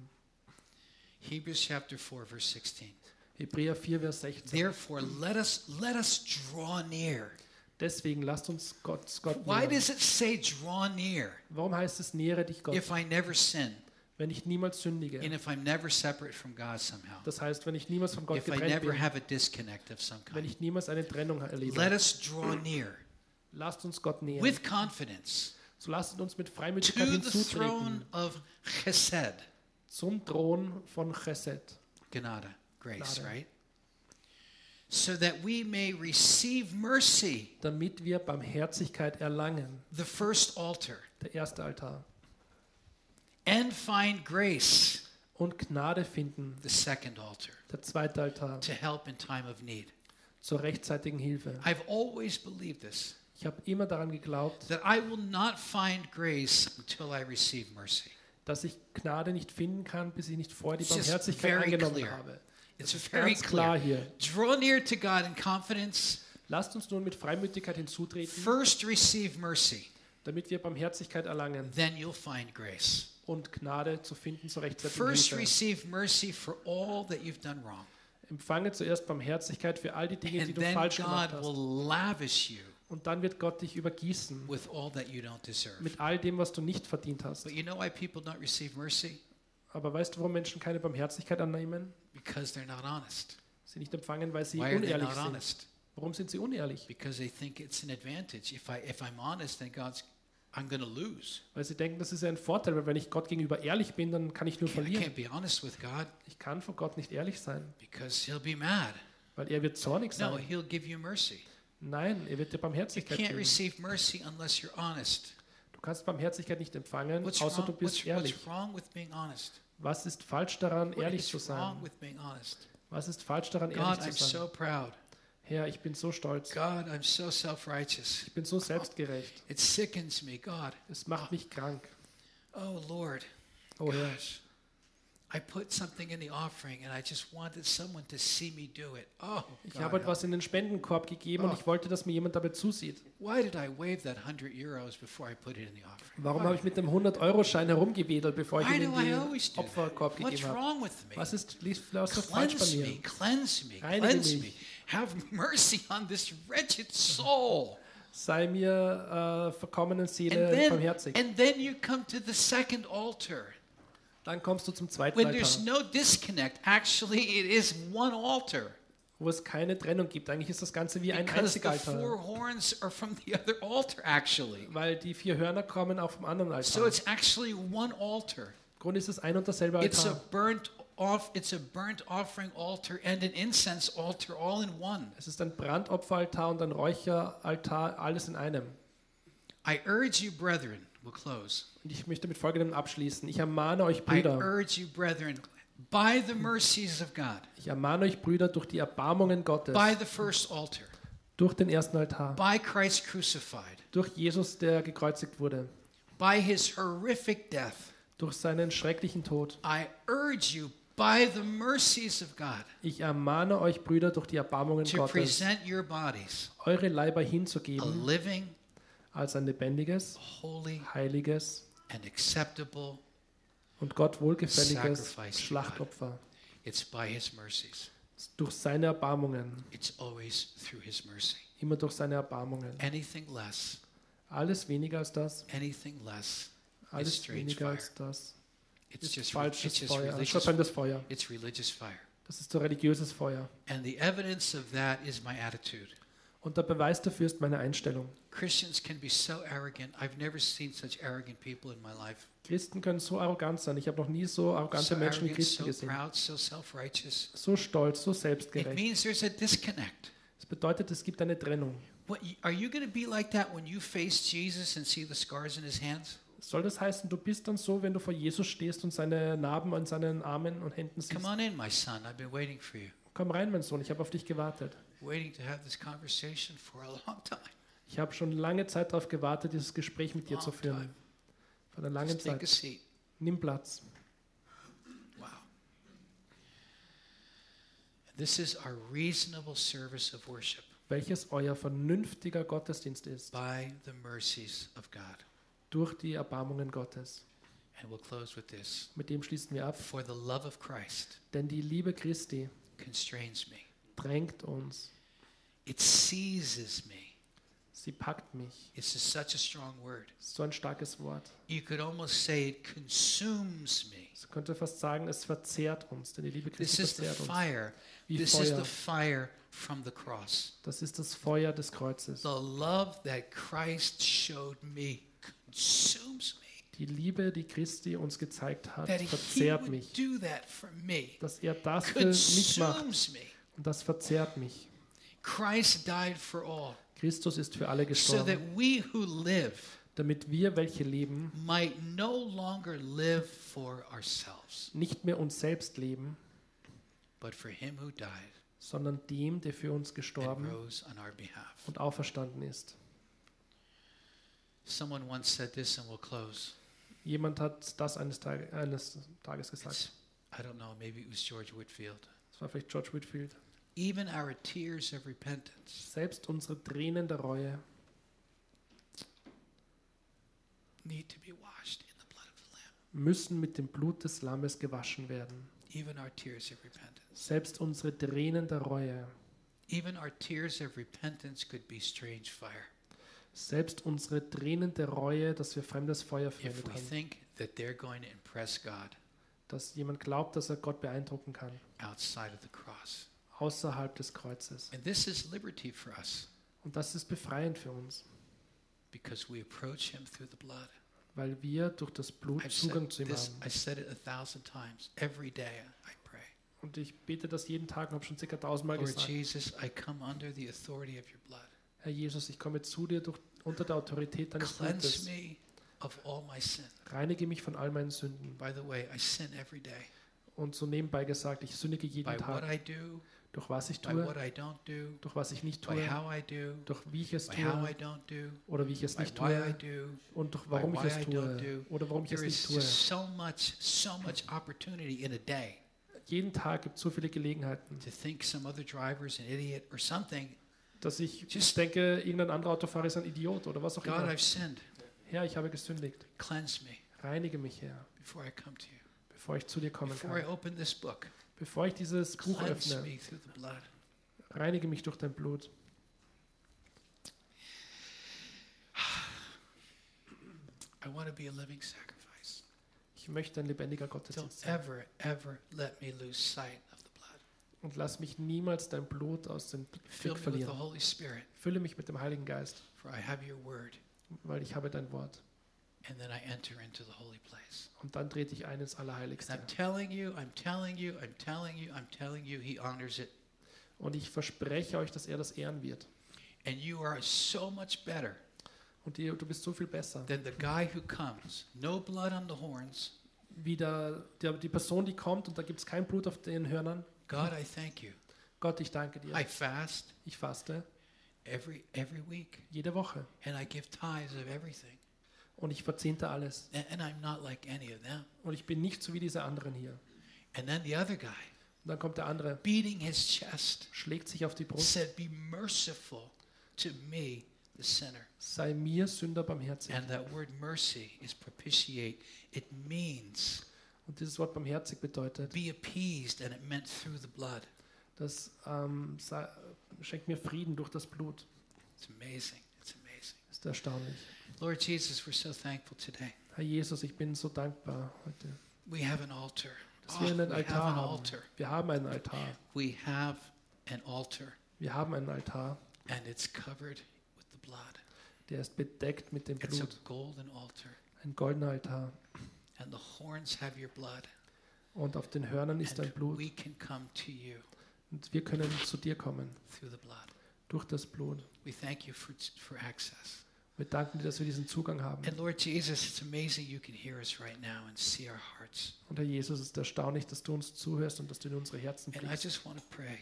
Speaker 1: Hebrews chapter 4 verse 16.
Speaker 2: Hebräer 4, Vers 16.
Speaker 1: Therefore let us let us draw near
Speaker 2: Deswegen lasst uns Gott, Gott
Speaker 1: Why
Speaker 2: nähern.
Speaker 1: does it say draw near
Speaker 2: Warum heißt es, nähere dich Gott,
Speaker 1: if I never sin
Speaker 2: wenn ich niemals
Speaker 1: and
Speaker 2: sündige?
Speaker 1: if I'm never separate from God somehow?
Speaker 2: Das heißt, wenn ich niemals von Gott
Speaker 1: If I
Speaker 2: getrennt
Speaker 1: never
Speaker 2: bin,
Speaker 1: have a disconnect of some
Speaker 2: wenn
Speaker 1: kind?
Speaker 2: ich niemals eine Trennung erlebe.
Speaker 1: Let us draw near
Speaker 2: Lasst uns Gott nähern.
Speaker 1: with confidence
Speaker 2: So lasst uns mit
Speaker 1: to
Speaker 2: Freimütigkeit
Speaker 1: the throne
Speaker 2: hinzutreten
Speaker 1: of chesed.
Speaker 2: zum Thron von Chesed.
Speaker 1: Gnade, grace,
Speaker 2: Gnade.
Speaker 1: right? So that we may receive mercy,
Speaker 2: damit wir Barmherzigkeit erlangen,
Speaker 1: the first altar,
Speaker 2: der erste Altar,
Speaker 1: and find grace,
Speaker 2: und Gnade finden,
Speaker 1: the second altar,
Speaker 2: der zweite Altar,
Speaker 1: to help in time of need.
Speaker 2: zur rechtzeitigen Hilfe.
Speaker 1: I've always believed this
Speaker 2: Ich habe immer daran geglaubt,
Speaker 1: that I will not find grace until I receive mercy.
Speaker 2: dass ich Gnade nicht finden kann, bis ich nicht vorher die
Speaker 1: It's just
Speaker 2: Barmherzigkeit
Speaker 1: very
Speaker 2: angenommen
Speaker 1: clear.
Speaker 2: habe.
Speaker 1: It's
Speaker 2: Das ist
Speaker 1: very
Speaker 2: ganz klar
Speaker 1: clear.
Speaker 2: hier.
Speaker 1: Draw near to God in confidence,
Speaker 2: Lasst uns nun mit Freimütigkeit hinzutreten,
Speaker 1: first receive mercy,
Speaker 2: damit wir Barmherzigkeit erlangen
Speaker 1: then you'll find grace.
Speaker 2: und Gnade zu finden zur rechtzeitigen
Speaker 1: First
Speaker 2: Hilfe.
Speaker 1: receive mercy for all that you've done wrong.
Speaker 2: Empfange zuerst Barmherzigkeit für all die Dinge, die
Speaker 1: And
Speaker 2: du
Speaker 1: then
Speaker 2: falsch gemacht
Speaker 1: God will
Speaker 2: hast.
Speaker 1: lavish you
Speaker 2: Und dann wird Gott dich übergießen
Speaker 1: with all that you don't deserve.
Speaker 2: mit all dem, was du nicht verdient hast.
Speaker 1: But you know why people don't receive mercy?
Speaker 2: Aber weißt du, warum Menschen keine Barmherzigkeit annehmen?
Speaker 1: Because they're not honest.
Speaker 2: Sie nicht empfangen, weil sie
Speaker 1: Why are they
Speaker 2: unehrlich
Speaker 1: not
Speaker 2: sind.
Speaker 1: honest?
Speaker 2: Warum sind sie unehrlich?
Speaker 1: Because they think it's an advantage. If I if I'm honest, then God's I'm going to lose.
Speaker 2: Weil sie denken, das ist ein Vorteil, weil wenn ich Gott gegenüber ehrlich bin, dann kann ich nur
Speaker 1: I
Speaker 2: verlieren.
Speaker 1: can't be honest with God
Speaker 2: Ich kann vor Gott nicht ehrlich sein,
Speaker 1: because He'll be mad.
Speaker 2: weil er wird zornig
Speaker 1: No,
Speaker 2: sein.
Speaker 1: He'll give you mercy.
Speaker 2: Nein, er wird dir
Speaker 1: You
Speaker 2: Barmherzigkeit
Speaker 1: can't
Speaker 2: geben.
Speaker 1: receive mercy unless you're honest.
Speaker 2: Du kannst Barmherzigkeit nicht empfangen,
Speaker 1: What's
Speaker 2: außer du
Speaker 1: wrong,
Speaker 2: bist
Speaker 1: what's,
Speaker 2: ehrlich.
Speaker 1: what's wrong with being honest?
Speaker 2: Was ist falsch daran,
Speaker 1: What
Speaker 2: ehrlich
Speaker 1: is
Speaker 2: zu
Speaker 1: wrong
Speaker 2: sein?
Speaker 1: with being honest?
Speaker 2: Was ist falsch daran,
Speaker 1: God,
Speaker 2: ehrlich
Speaker 1: I'm
Speaker 2: zu sein?
Speaker 1: so proud.
Speaker 2: Herr, ich bin so stolz.
Speaker 1: God, I'm so self-righteous.
Speaker 2: Ich bin so selbstgerecht.
Speaker 1: It sickens me, God.
Speaker 2: Es macht mich krank.
Speaker 1: Oh Lord,
Speaker 2: Oh Herr,
Speaker 1: gosh. I put something in the offering and I just wanted someone to see me do it. Oh,
Speaker 2: ich
Speaker 1: God,
Speaker 2: habe etwas in den Spendenkorb gegeben und
Speaker 1: Oh.
Speaker 2: ich wollte, dass mir jemand dabei zusieht.
Speaker 1: why did I waive that 100 euros before I put it in the offering?
Speaker 2: Warum habe ich mit dem 100-Euro-Schein herumgewedelt, bevor ich
Speaker 1: Why
Speaker 2: ihn
Speaker 1: do I
Speaker 2: in
Speaker 1: always
Speaker 2: den
Speaker 1: do
Speaker 2: Opferkorb
Speaker 1: that? What's
Speaker 2: gegeben habe?
Speaker 1: wrong with me?
Speaker 2: Was ist, lief was ist falsch bei
Speaker 1: Cleanse me,
Speaker 2: mir?
Speaker 1: cleanse me,
Speaker 2: Reinige
Speaker 1: cleanse
Speaker 2: mich.
Speaker 1: me. Have mercy on this wretched soul.
Speaker 2: Sei mir äh, verkommenen
Speaker 1: And
Speaker 2: Seele
Speaker 1: then,
Speaker 2: barmherzig.
Speaker 1: and then you come to the second altar.
Speaker 2: Dann kommst du zum zweiten
Speaker 1: When there's
Speaker 2: Altar,
Speaker 1: no disconnect, actually, it is one altar.
Speaker 2: wo es keine Trennung gibt. Eigentlich ist das Ganze wie ein
Speaker 1: Because
Speaker 2: einziger
Speaker 1: the four
Speaker 2: Altar,
Speaker 1: horns are from the other altar, actually.
Speaker 2: weil die vier Hörner kommen auch vom anderen
Speaker 1: So
Speaker 2: Altar.
Speaker 1: it's actually one altar.
Speaker 2: Im Grunde ist es ein und derselbe
Speaker 1: It's a
Speaker 2: Altar.
Speaker 1: burnt off. It's a burnt offering altar and an incense altar all in one.
Speaker 2: Es ist ein Brandopferaltar und ein Räucheraltar, alles in einem.
Speaker 1: I urge you, brethren. We'll close.
Speaker 2: Und ich möchte mit folgendem abschließen. Ich ermahne euch,
Speaker 1: I
Speaker 2: Brüder.
Speaker 1: urge you, brethren, by the mercies of God,
Speaker 2: Ich ermahne euch, Brüder, durch die Erbarmungen Gottes,
Speaker 1: by the first altar,
Speaker 2: durch den ersten Altar.
Speaker 1: by Christ crucified,
Speaker 2: durch Jesus, der gekreuzigt wurde,
Speaker 1: by His horrific death.
Speaker 2: durch seinen schrecklichen Tod.
Speaker 1: I urge you, by the mercies of God,
Speaker 2: Ich ermahne euch, Brüder, durch die Erbarmungen
Speaker 1: to
Speaker 2: Gottes,
Speaker 1: present your bodies
Speaker 2: eure Leiber
Speaker 1: a
Speaker 2: hinzugeben
Speaker 1: living,
Speaker 2: als ein lebendiges,
Speaker 1: holy,
Speaker 2: heiliges
Speaker 1: and acceptable.
Speaker 2: und Gott wohlgefälliges
Speaker 1: Sacrifice to
Speaker 2: Schlachtopfer.
Speaker 1: It's by His mercies.
Speaker 2: Durch seine Erbarmungen,
Speaker 1: It's always through His mercy.
Speaker 2: immer durch seine Erbarmungen.
Speaker 1: Anything less,
Speaker 2: Alles weniger als das,
Speaker 1: anything less,
Speaker 2: alles
Speaker 1: strange
Speaker 2: weniger
Speaker 1: fire.
Speaker 2: als das.
Speaker 1: it's
Speaker 2: Ist
Speaker 1: just re- it's
Speaker 2: falsches
Speaker 1: just
Speaker 2: Feuer, ein
Speaker 1: religious.
Speaker 2: verbrennendes Feuer.
Speaker 1: It's religious fire.
Speaker 2: Das ist so religiöses Feuer.
Speaker 1: And the evidence of that is my attitude.
Speaker 2: Und der Beweis dafür ist meine Einstellung.
Speaker 1: Christians can be so arrogant. I've never seen such arrogant people in my life.
Speaker 2: Christen können so arrogant sein. Ich habe noch nie so arrogante
Speaker 1: So
Speaker 2: Menschen wie
Speaker 1: arrogant,
Speaker 2: Christen
Speaker 1: so
Speaker 2: gesehen.
Speaker 1: proud, so self-righteous.
Speaker 2: So stolz, so
Speaker 1: It
Speaker 2: selbstgerecht.
Speaker 1: means there's a disconnect.
Speaker 2: Das bedeutet, es gibt eine Trennung.
Speaker 1: What, are you going to be like that when you face Jesus and see the scars in his hands?
Speaker 2: Soll das heißen, du bist dann so, wenn du vor Jesus stehst und seine Narben an seinen Armen und Händen siehst?
Speaker 1: Come on in, my son. I've been waiting for you.
Speaker 2: Komm rein, mein Sohn, ich habe auf dich gewartet.
Speaker 1: Waiting to have this conversation for a long time.
Speaker 2: Ich habe schon lange Zeit darauf gewartet, dieses Gespräch mit dir zu
Speaker 1: Long
Speaker 2: führen.
Speaker 1: time.
Speaker 2: Vor einer langen
Speaker 1: Just take a
Speaker 2: Zeit.
Speaker 1: seat.
Speaker 2: Nimm Platz.
Speaker 1: Wow. This is our reasonable service of worship
Speaker 2: Welches euer vernünftiger Gottesdienst ist,
Speaker 1: by the mercies of God.
Speaker 2: durch die Erbarmungen Gottes.
Speaker 1: And we'll close with this.
Speaker 2: Mit dem schließen wir ab.
Speaker 1: For the love of Christ
Speaker 2: Denn die Liebe Christi
Speaker 1: constrains me,
Speaker 2: drängt uns,
Speaker 1: it seizes me,
Speaker 2: Sie packt mich.
Speaker 1: It's just such a strong word.
Speaker 2: So ein starkes Wort.
Speaker 1: You could almost say it consumes me.
Speaker 2: Man könnte fast sagen, es verzehrt uns, denn die Liebe
Speaker 1: This
Speaker 2: Christi
Speaker 1: is the
Speaker 2: verzehrt uns.
Speaker 1: fire.
Speaker 2: Wie
Speaker 1: This is the
Speaker 2: Feuer.
Speaker 1: fire from the cross.
Speaker 2: Das ist das Feuer des Kreuzes.
Speaker 1: The love that Christ showed me consumes me.
Speaker 2: Die Liebe, die Christi uns gezeigt hat,
Speaker 1: That he
Speaker 2: verzehrt
Speaker 1: would
Speaker 2: mich.
Speaker 1: do that for me
Speaker 2: Dass er das für mich macht
Speaker 1: consumes me.
Speaker 2: und das verzehrt mich.
Speaker 1: Christ died for all
Speaker 2: Christus ist für alle
Speaker 1: so that
Speaker 2: gestorben,
Speaker 1: we who live
Speaker 2: damit wir, welche leben,
Speaker 1: might no longer live for ourselves,
Speaker 2: nicht mehr uns selbst leben,
Speaker 1: but for him who died
Speaker 2: sondern dem, der für uns
Speaker 1: and
Speaker 2: gestorben
Speaker 1: rose on our behalf.
Speaker 2: und auferstanden ist.
Speaker 1: Someone once said this and we'll close.
Speaker 2: Jemand hat das eines, Tag eines Tages
Speaker 1: It's,
Speaker 2: gesagt.
Speaker 1: I don't know, maybe it was George Whitfield.
Speaker 2: Das war vielleicht George Whitfield.
Speaker 1: Even our tears of repentance
Speaker 2: Selbst unsere Tränen der Reue
Speaker 1: need to be washed in the blood of the Lamb.
Speaker 2: müssen mit dem Blut des Lammes gewaschen werden.
Speaker 1: Even our tears of repentance.
Speaker 2: Selbst unsere Tränen der Reue,
Speaker 1: Even our tears of repentance could be strange fire
Speaker 2: selbst unsere Tränen der Reue, dass wir fremdes Feuer
Speaker 1: if
Speaker 2: verwendet
Speaker 1: we
Speaker 2: haben,
Speaker 1: think that they're going to impress God
Speaker 2: dass jemand glaubt, dass er Gott beeindrucken kann,
Speaker 1: outside of the cross.
Speaker 2: außerhalb des Kreuzes.
Speaker 1: And this is liberty for us
Speaker 2: Und das ist befreiend für uns,
Speaker 1: because we approach Him through the blood.
Speaker 2: weil wir durch das Blut
Speaker 1: I've said
Speaker 2: Zugang zu ihm
Speaker 1: this,
Speaker 2: haben.
Speaker 1: I said it a thousand times. Every day I pray.
Speaker 2: Und ich bete das jeden Tag und habe schon circa tausendmal
Speaker 1: Lord
Speaker 2: gesagt.
Speaker 1: Jesus, I come under the authority of your blood.
Speaker 2: Herr Jesus, ich komme zu dir durch, unter der Autorität deines
Speaker 1: Cleanse
Speaker 2: Blutes.
Speaker 1: me of all my sin.
Speaker 2: Reinige mich von all meinen Sünden.
Speaker 1: By the way, I sin every day.
Speaker 2: Und so nebenbei gesagt, ich sündige
Speaker 1: By
Speaker 2: jeden
Speaker 1: what
Speaker 2: Tag.
Speaker 1: I do,
Speaker 2: Durch was ich
Speaker 1: by
Speaker 2: tue,
Speaker 1: what I don't do,
Speaker 2: durch was ich nicht
Speaker 1: by
Speaker 2: tue,
Speaker 1: how I do,
Speaker 2: durch wie ich es
Speaker 1: by how I
Speaker 2: tue
Speaker 1: don't do,
Speaker 2: oder wie ich es
Speaker 1: by
Speaker 2: nicht
Speaker 1: why I
Speaker 2: tue
Speaker 1: do.
Speaker 2: und durch
Speaker 1: by
Speaker 2: warum ich
Speaker 1: why
Speaker 2: es
Speaker 1: I don't
Speaker 2: tue
Speaker 1: do.
Speaker 2: oder warum ich es
Speaker 1: There is
Speaker 2: nicht tue.
Speaker 1: just so much, so much opportunity in a day
Speaker 2: Jeden Tag gibt es so viele Gelegenheiten,
Speaker 1: to think some other driver's an idiot or something.
Speaker 2: dass ich
Speaker 1: Just-
Speaker 2: denke, irgendein anderer Autofahrer ist ein Idiot oder was auch
Speaker 1: God,
Speaker 2: immer.
Speaker 1: I've sinned.
Speaker 2: Herr, ich habe gesündigt.
Speaker 1: Cleanse me
Speaker 2: Reinige mich, Herr,
Speaker 1: before I come to you.
Speaker 2: bevor ich zu dir kommen
Speaker 1: Before I
Speaker 2: kann.
Speaker 1: open this book,
Speaker 2: Bevor ich dieses Buch
Speaker 1: cleanse
Speaker 2: öffne,
Speaker 1: me through the blood.
Speaker 2: reinige mich durch dein Blut.
Speaker 1: I want to be a living sacrifice.
Speaker 2: Ich möchte ein lebendiger
Speaker 1: Don't
Speaker 2: Gottesdienst sein.
Speaker 1: ever, ever let me lose sight of the blood.
Speaker 2: Und lass mich niemals dein Blut aus dem
Speaker 1: Fill me
Speaker 2: Blick
Speaker 1: with the
Speaker 2: verlieren.
Speaker 1: Holy Spirit,
Speaker 2: Fülle mich mit dem Heiligen Geist,
Speaker 1: for I have your word,
Speaker 2: weil ich habe dein Wort.
Speaker 1: and then I enter into the holy place.
Speaker 2: Und dann trete ich ein ins
Speaker 1: And I'm
Speaker 2: Allerheiligste.
Speaker 1: telling you, I'm telling you, I'm telling you, I'm telling you, he honors it.
Speaker 2: Und ich verspreche euch, dass er das ehren wird.
Speaker 1: And you are so much better
Speaker 2: Und ihr, du bist so viel besser.
Speaker 1: than the guy who comes, no blood on the horns.
Speaker 2: Wie der, der, die Person, die kommt und da gibt es kein Blut auf den Hörnern.
Speaker 1: God, I thank you.
Speaker 2: Gott, ich danke dir.
Speaker 1: I fast
Speaker 2: Ich faste
Speaker 1: every every week,
Speaker 2: jede Woche
Speaker 1: and I give tithes of everything,
Speaker 2: und ich verzehnte alles.
Speaker 1: and, and I'm not like any of them.
Speaker 2: Und ich bin nicht so wie diese anderen hier.
Speaker 1: And then the other guy,
Speaker 2: Und dann kommt der andere,
Speaker 1: beating his chest,
Speaker 2: schlägt sich auf die Brust.
Speaker 1: said, "Be merciful to me, the sinner."
Speaker 2: Sei mir Sünder barmherzig.
Speaker 1: And uh, that word mercy is propitiate. It means
Speaker 2: Und dieses Wort barmherzig bedeutet,
Speaker 1: be appeased, and it meant through the blood.
Speaker 2: das ähm, sei, schenkt mir Frieden durch das Blut.
Speaker 1: It's amazing. It's amazing.
Speaker 2: Ist erstaunlich.
Speaker 1: Lord Jesus, we're so thankful today.
Speaker 2: Herr Jesus, ich bin so dankbar heute,
Speaker 1: We have an altar.
Speaker 2: dass wir einen
Speaker 1: we have an
Speaker 2: Altar haben.
Speaker 1: altar.
Speaker 2: Wir haben einen Altar.
Speaker 1: We have an altar,
Speaker 2: Wir haben einen Altar,
Speaker 1: and it's covered with the blood.
Speaker 2: der ist bedeckt mit dem
Speaker 1: It's a
Speaker 2: Blut.
Speaker 1: golden altar,
Speaker 2: Ein goldener Altar.
Speaker 1: and the horns have your blood.
Speaker 2: Und auf den Hörnern ist dein
Speaker 1: and
Speaker 2: Blut.
Speaker 1: we can come to you
Speaker 2: Und wir können zu dir kommen,
Speaker 1: through the blood.
Speaker 2: durch das Blut.
Speaker 1: We thank you for, for access.
Speaker 2: Wir danken dir, dass wir diesen Zugang haben.
Speaker 1: And Lord Jesus, it's amazing you can hear us right now and see our hearts.
Speaker 2: Und Herr Jesus, es ist erstaunlich, dass du uns zuhörst und dass du in unsere Herzen
Speaker 1: And I
Speaker 2: blickst.
Speaker 1: just want to pray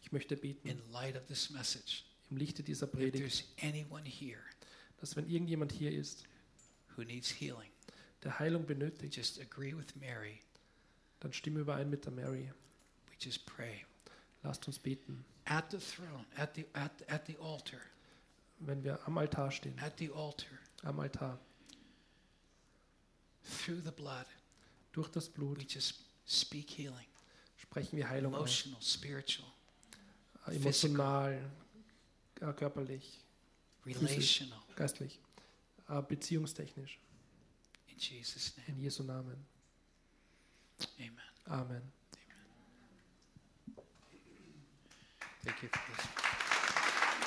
Speaker 2: Ich möchte
Speaker 1: in
Speaker 2: beten,
Speaker 1: light of this message
Speaker 2: im Lichte dieser
Speaker 1: if
Speaker 2: Predigt,
Speaker 1: there's anyone here
Speaker 2: dass wenn irgendjemand hier ist,
Speaker 1: who needs healing,
Speaker 2: der Heilung
Speaker 1: they
Speaker 2: benötigt,
Speaker 1: just agree with Mary
Speaker 2: dann stimme überein mit der Mary.
Speaker 1: We just pray
Speaker 2: Lasst uns beten,
Speaker 1: at the throne, at the at the, at the altar,
Speaker 2: wenn wir am Altar stehen,
Speaker 1: at the altar
Speaker 2: am Altar,
Speaker 1: through the blood.
Speaker 2: durch das
Speaker 1: We
Speaker 2: Blut
Speaker 1: just speak healing,
Speaker 2: sprechen wir Heilung aus.
Speaker 1: emotional, spiritual,
Speaker 2: Emotional, äh, körperlich,
Speaker 1: relational,
Speaker 2: geistlich, äh, beziehungstechnisch.
Speaker 1: in Jesus' name.
Speaker 2: In Jesu Namen.
Speaker 1: Amen.
Speaker 2: Amen.
Speaker 1: Thank you for this.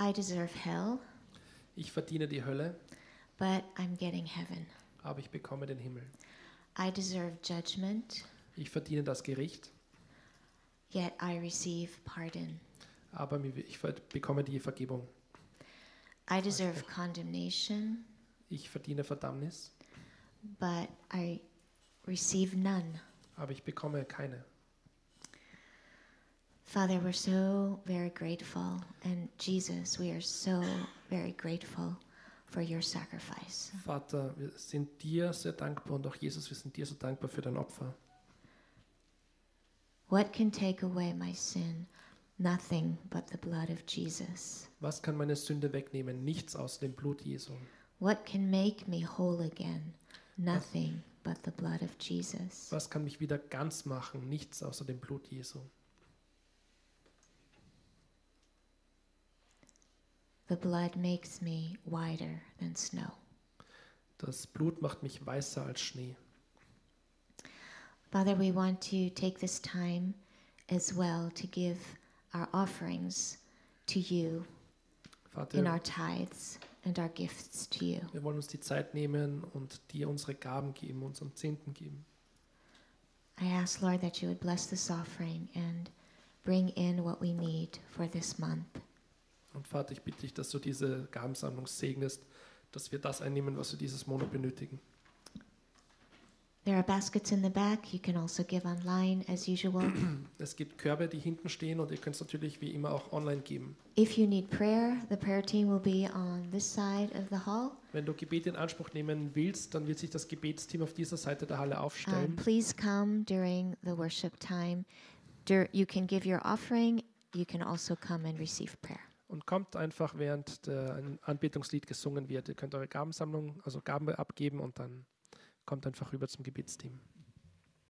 Speaker 4: I deserve hell,
Speaker 2: Ich verdiene die Hölle,
Speaker 4: but I'm getting heaven.
Speaker 2: aber ich bekomme den Himmel.
Speaker 4: I deserve judgment,
Speaker 2: Ich verdiene das Gericht,
Speaker 4: yet I receive pardon.
Speaker 2: aber mir- ich ver- bekomme die Vergebung.
Speaker 4: I deserve condemnation,
Speaker 2: Ich verdiene Verdammnis,
Speaker 4: but I receive none.
Speaker 2: aber ich bekomme keine.
Speaker 4: Father, we're so very grateful. And Jesus, we are so very grateful for your sacrifice.
Speaker 2: Vater, wir sind dir sehr dankbar und auch Jesus, wir sind dir so dankbar für dein Opfer.
Speaker 4: What can take away my sin? Nothing but the blood of Jesus.
Speaker 2: Was kann meine Sünde wegnehmen? Nichts außer dem Blut Jesu.
Speaker 4: What can make me whole again? Nothing but the blood of Jesus.
Speaker 2: Was kann mich wieder ganz machen? Nichts außer dem Blut Jesu.
Speaker 4: The blood makes me whiter than snow.
Speaker 2: Das Blut macht mich weißer als Schnee.
Speaker 4: Father, we want to take this time as well to give our offerings to you in our
Speaker 2: Vater,
Speaker 4: tithes and our gifts to you.
Speaker 2: wir wollen uns die Zeit nehmen und dir unsere Gaben geben, unseren Zehnten geben.
Speaker 4: I ask, Lord, that you would bless this offering and bring in what we need for this month.
Speaker 2: Und Vater, ich bitte dich, dass du diese Gabensammlung segnest, dass wir das einnehmen, was wir dieses Monat benötigen.
Speaker 4: There are baskets in the back. You can also give online as usual.
Speaker 2: Es gibt Körbe, die hinten stehen und ihr könnt es natürlich wie immer auch online geben.
Speaker 4: if you need prayer, the prayer team will be on this side of the hall.
Speaker 2: Wenn du Gebet in Anspruch nehmen willst, dann wird sich das Gebetsteam auf dieser Seite der Halle
Speaker 4: Um,
Speaker 2: aufstellen.
Speaker 4: please come during the worship time. Dur- you can give your offering. You can also come and receive prayer.
Speaker 2: Und kommt einfach, während der, ein Anbetungslied gesungen wird. Ihr könnt eure Gabensammlung, also Gaben abgeben und dann kommt einfach rüber zum Gebetsteam.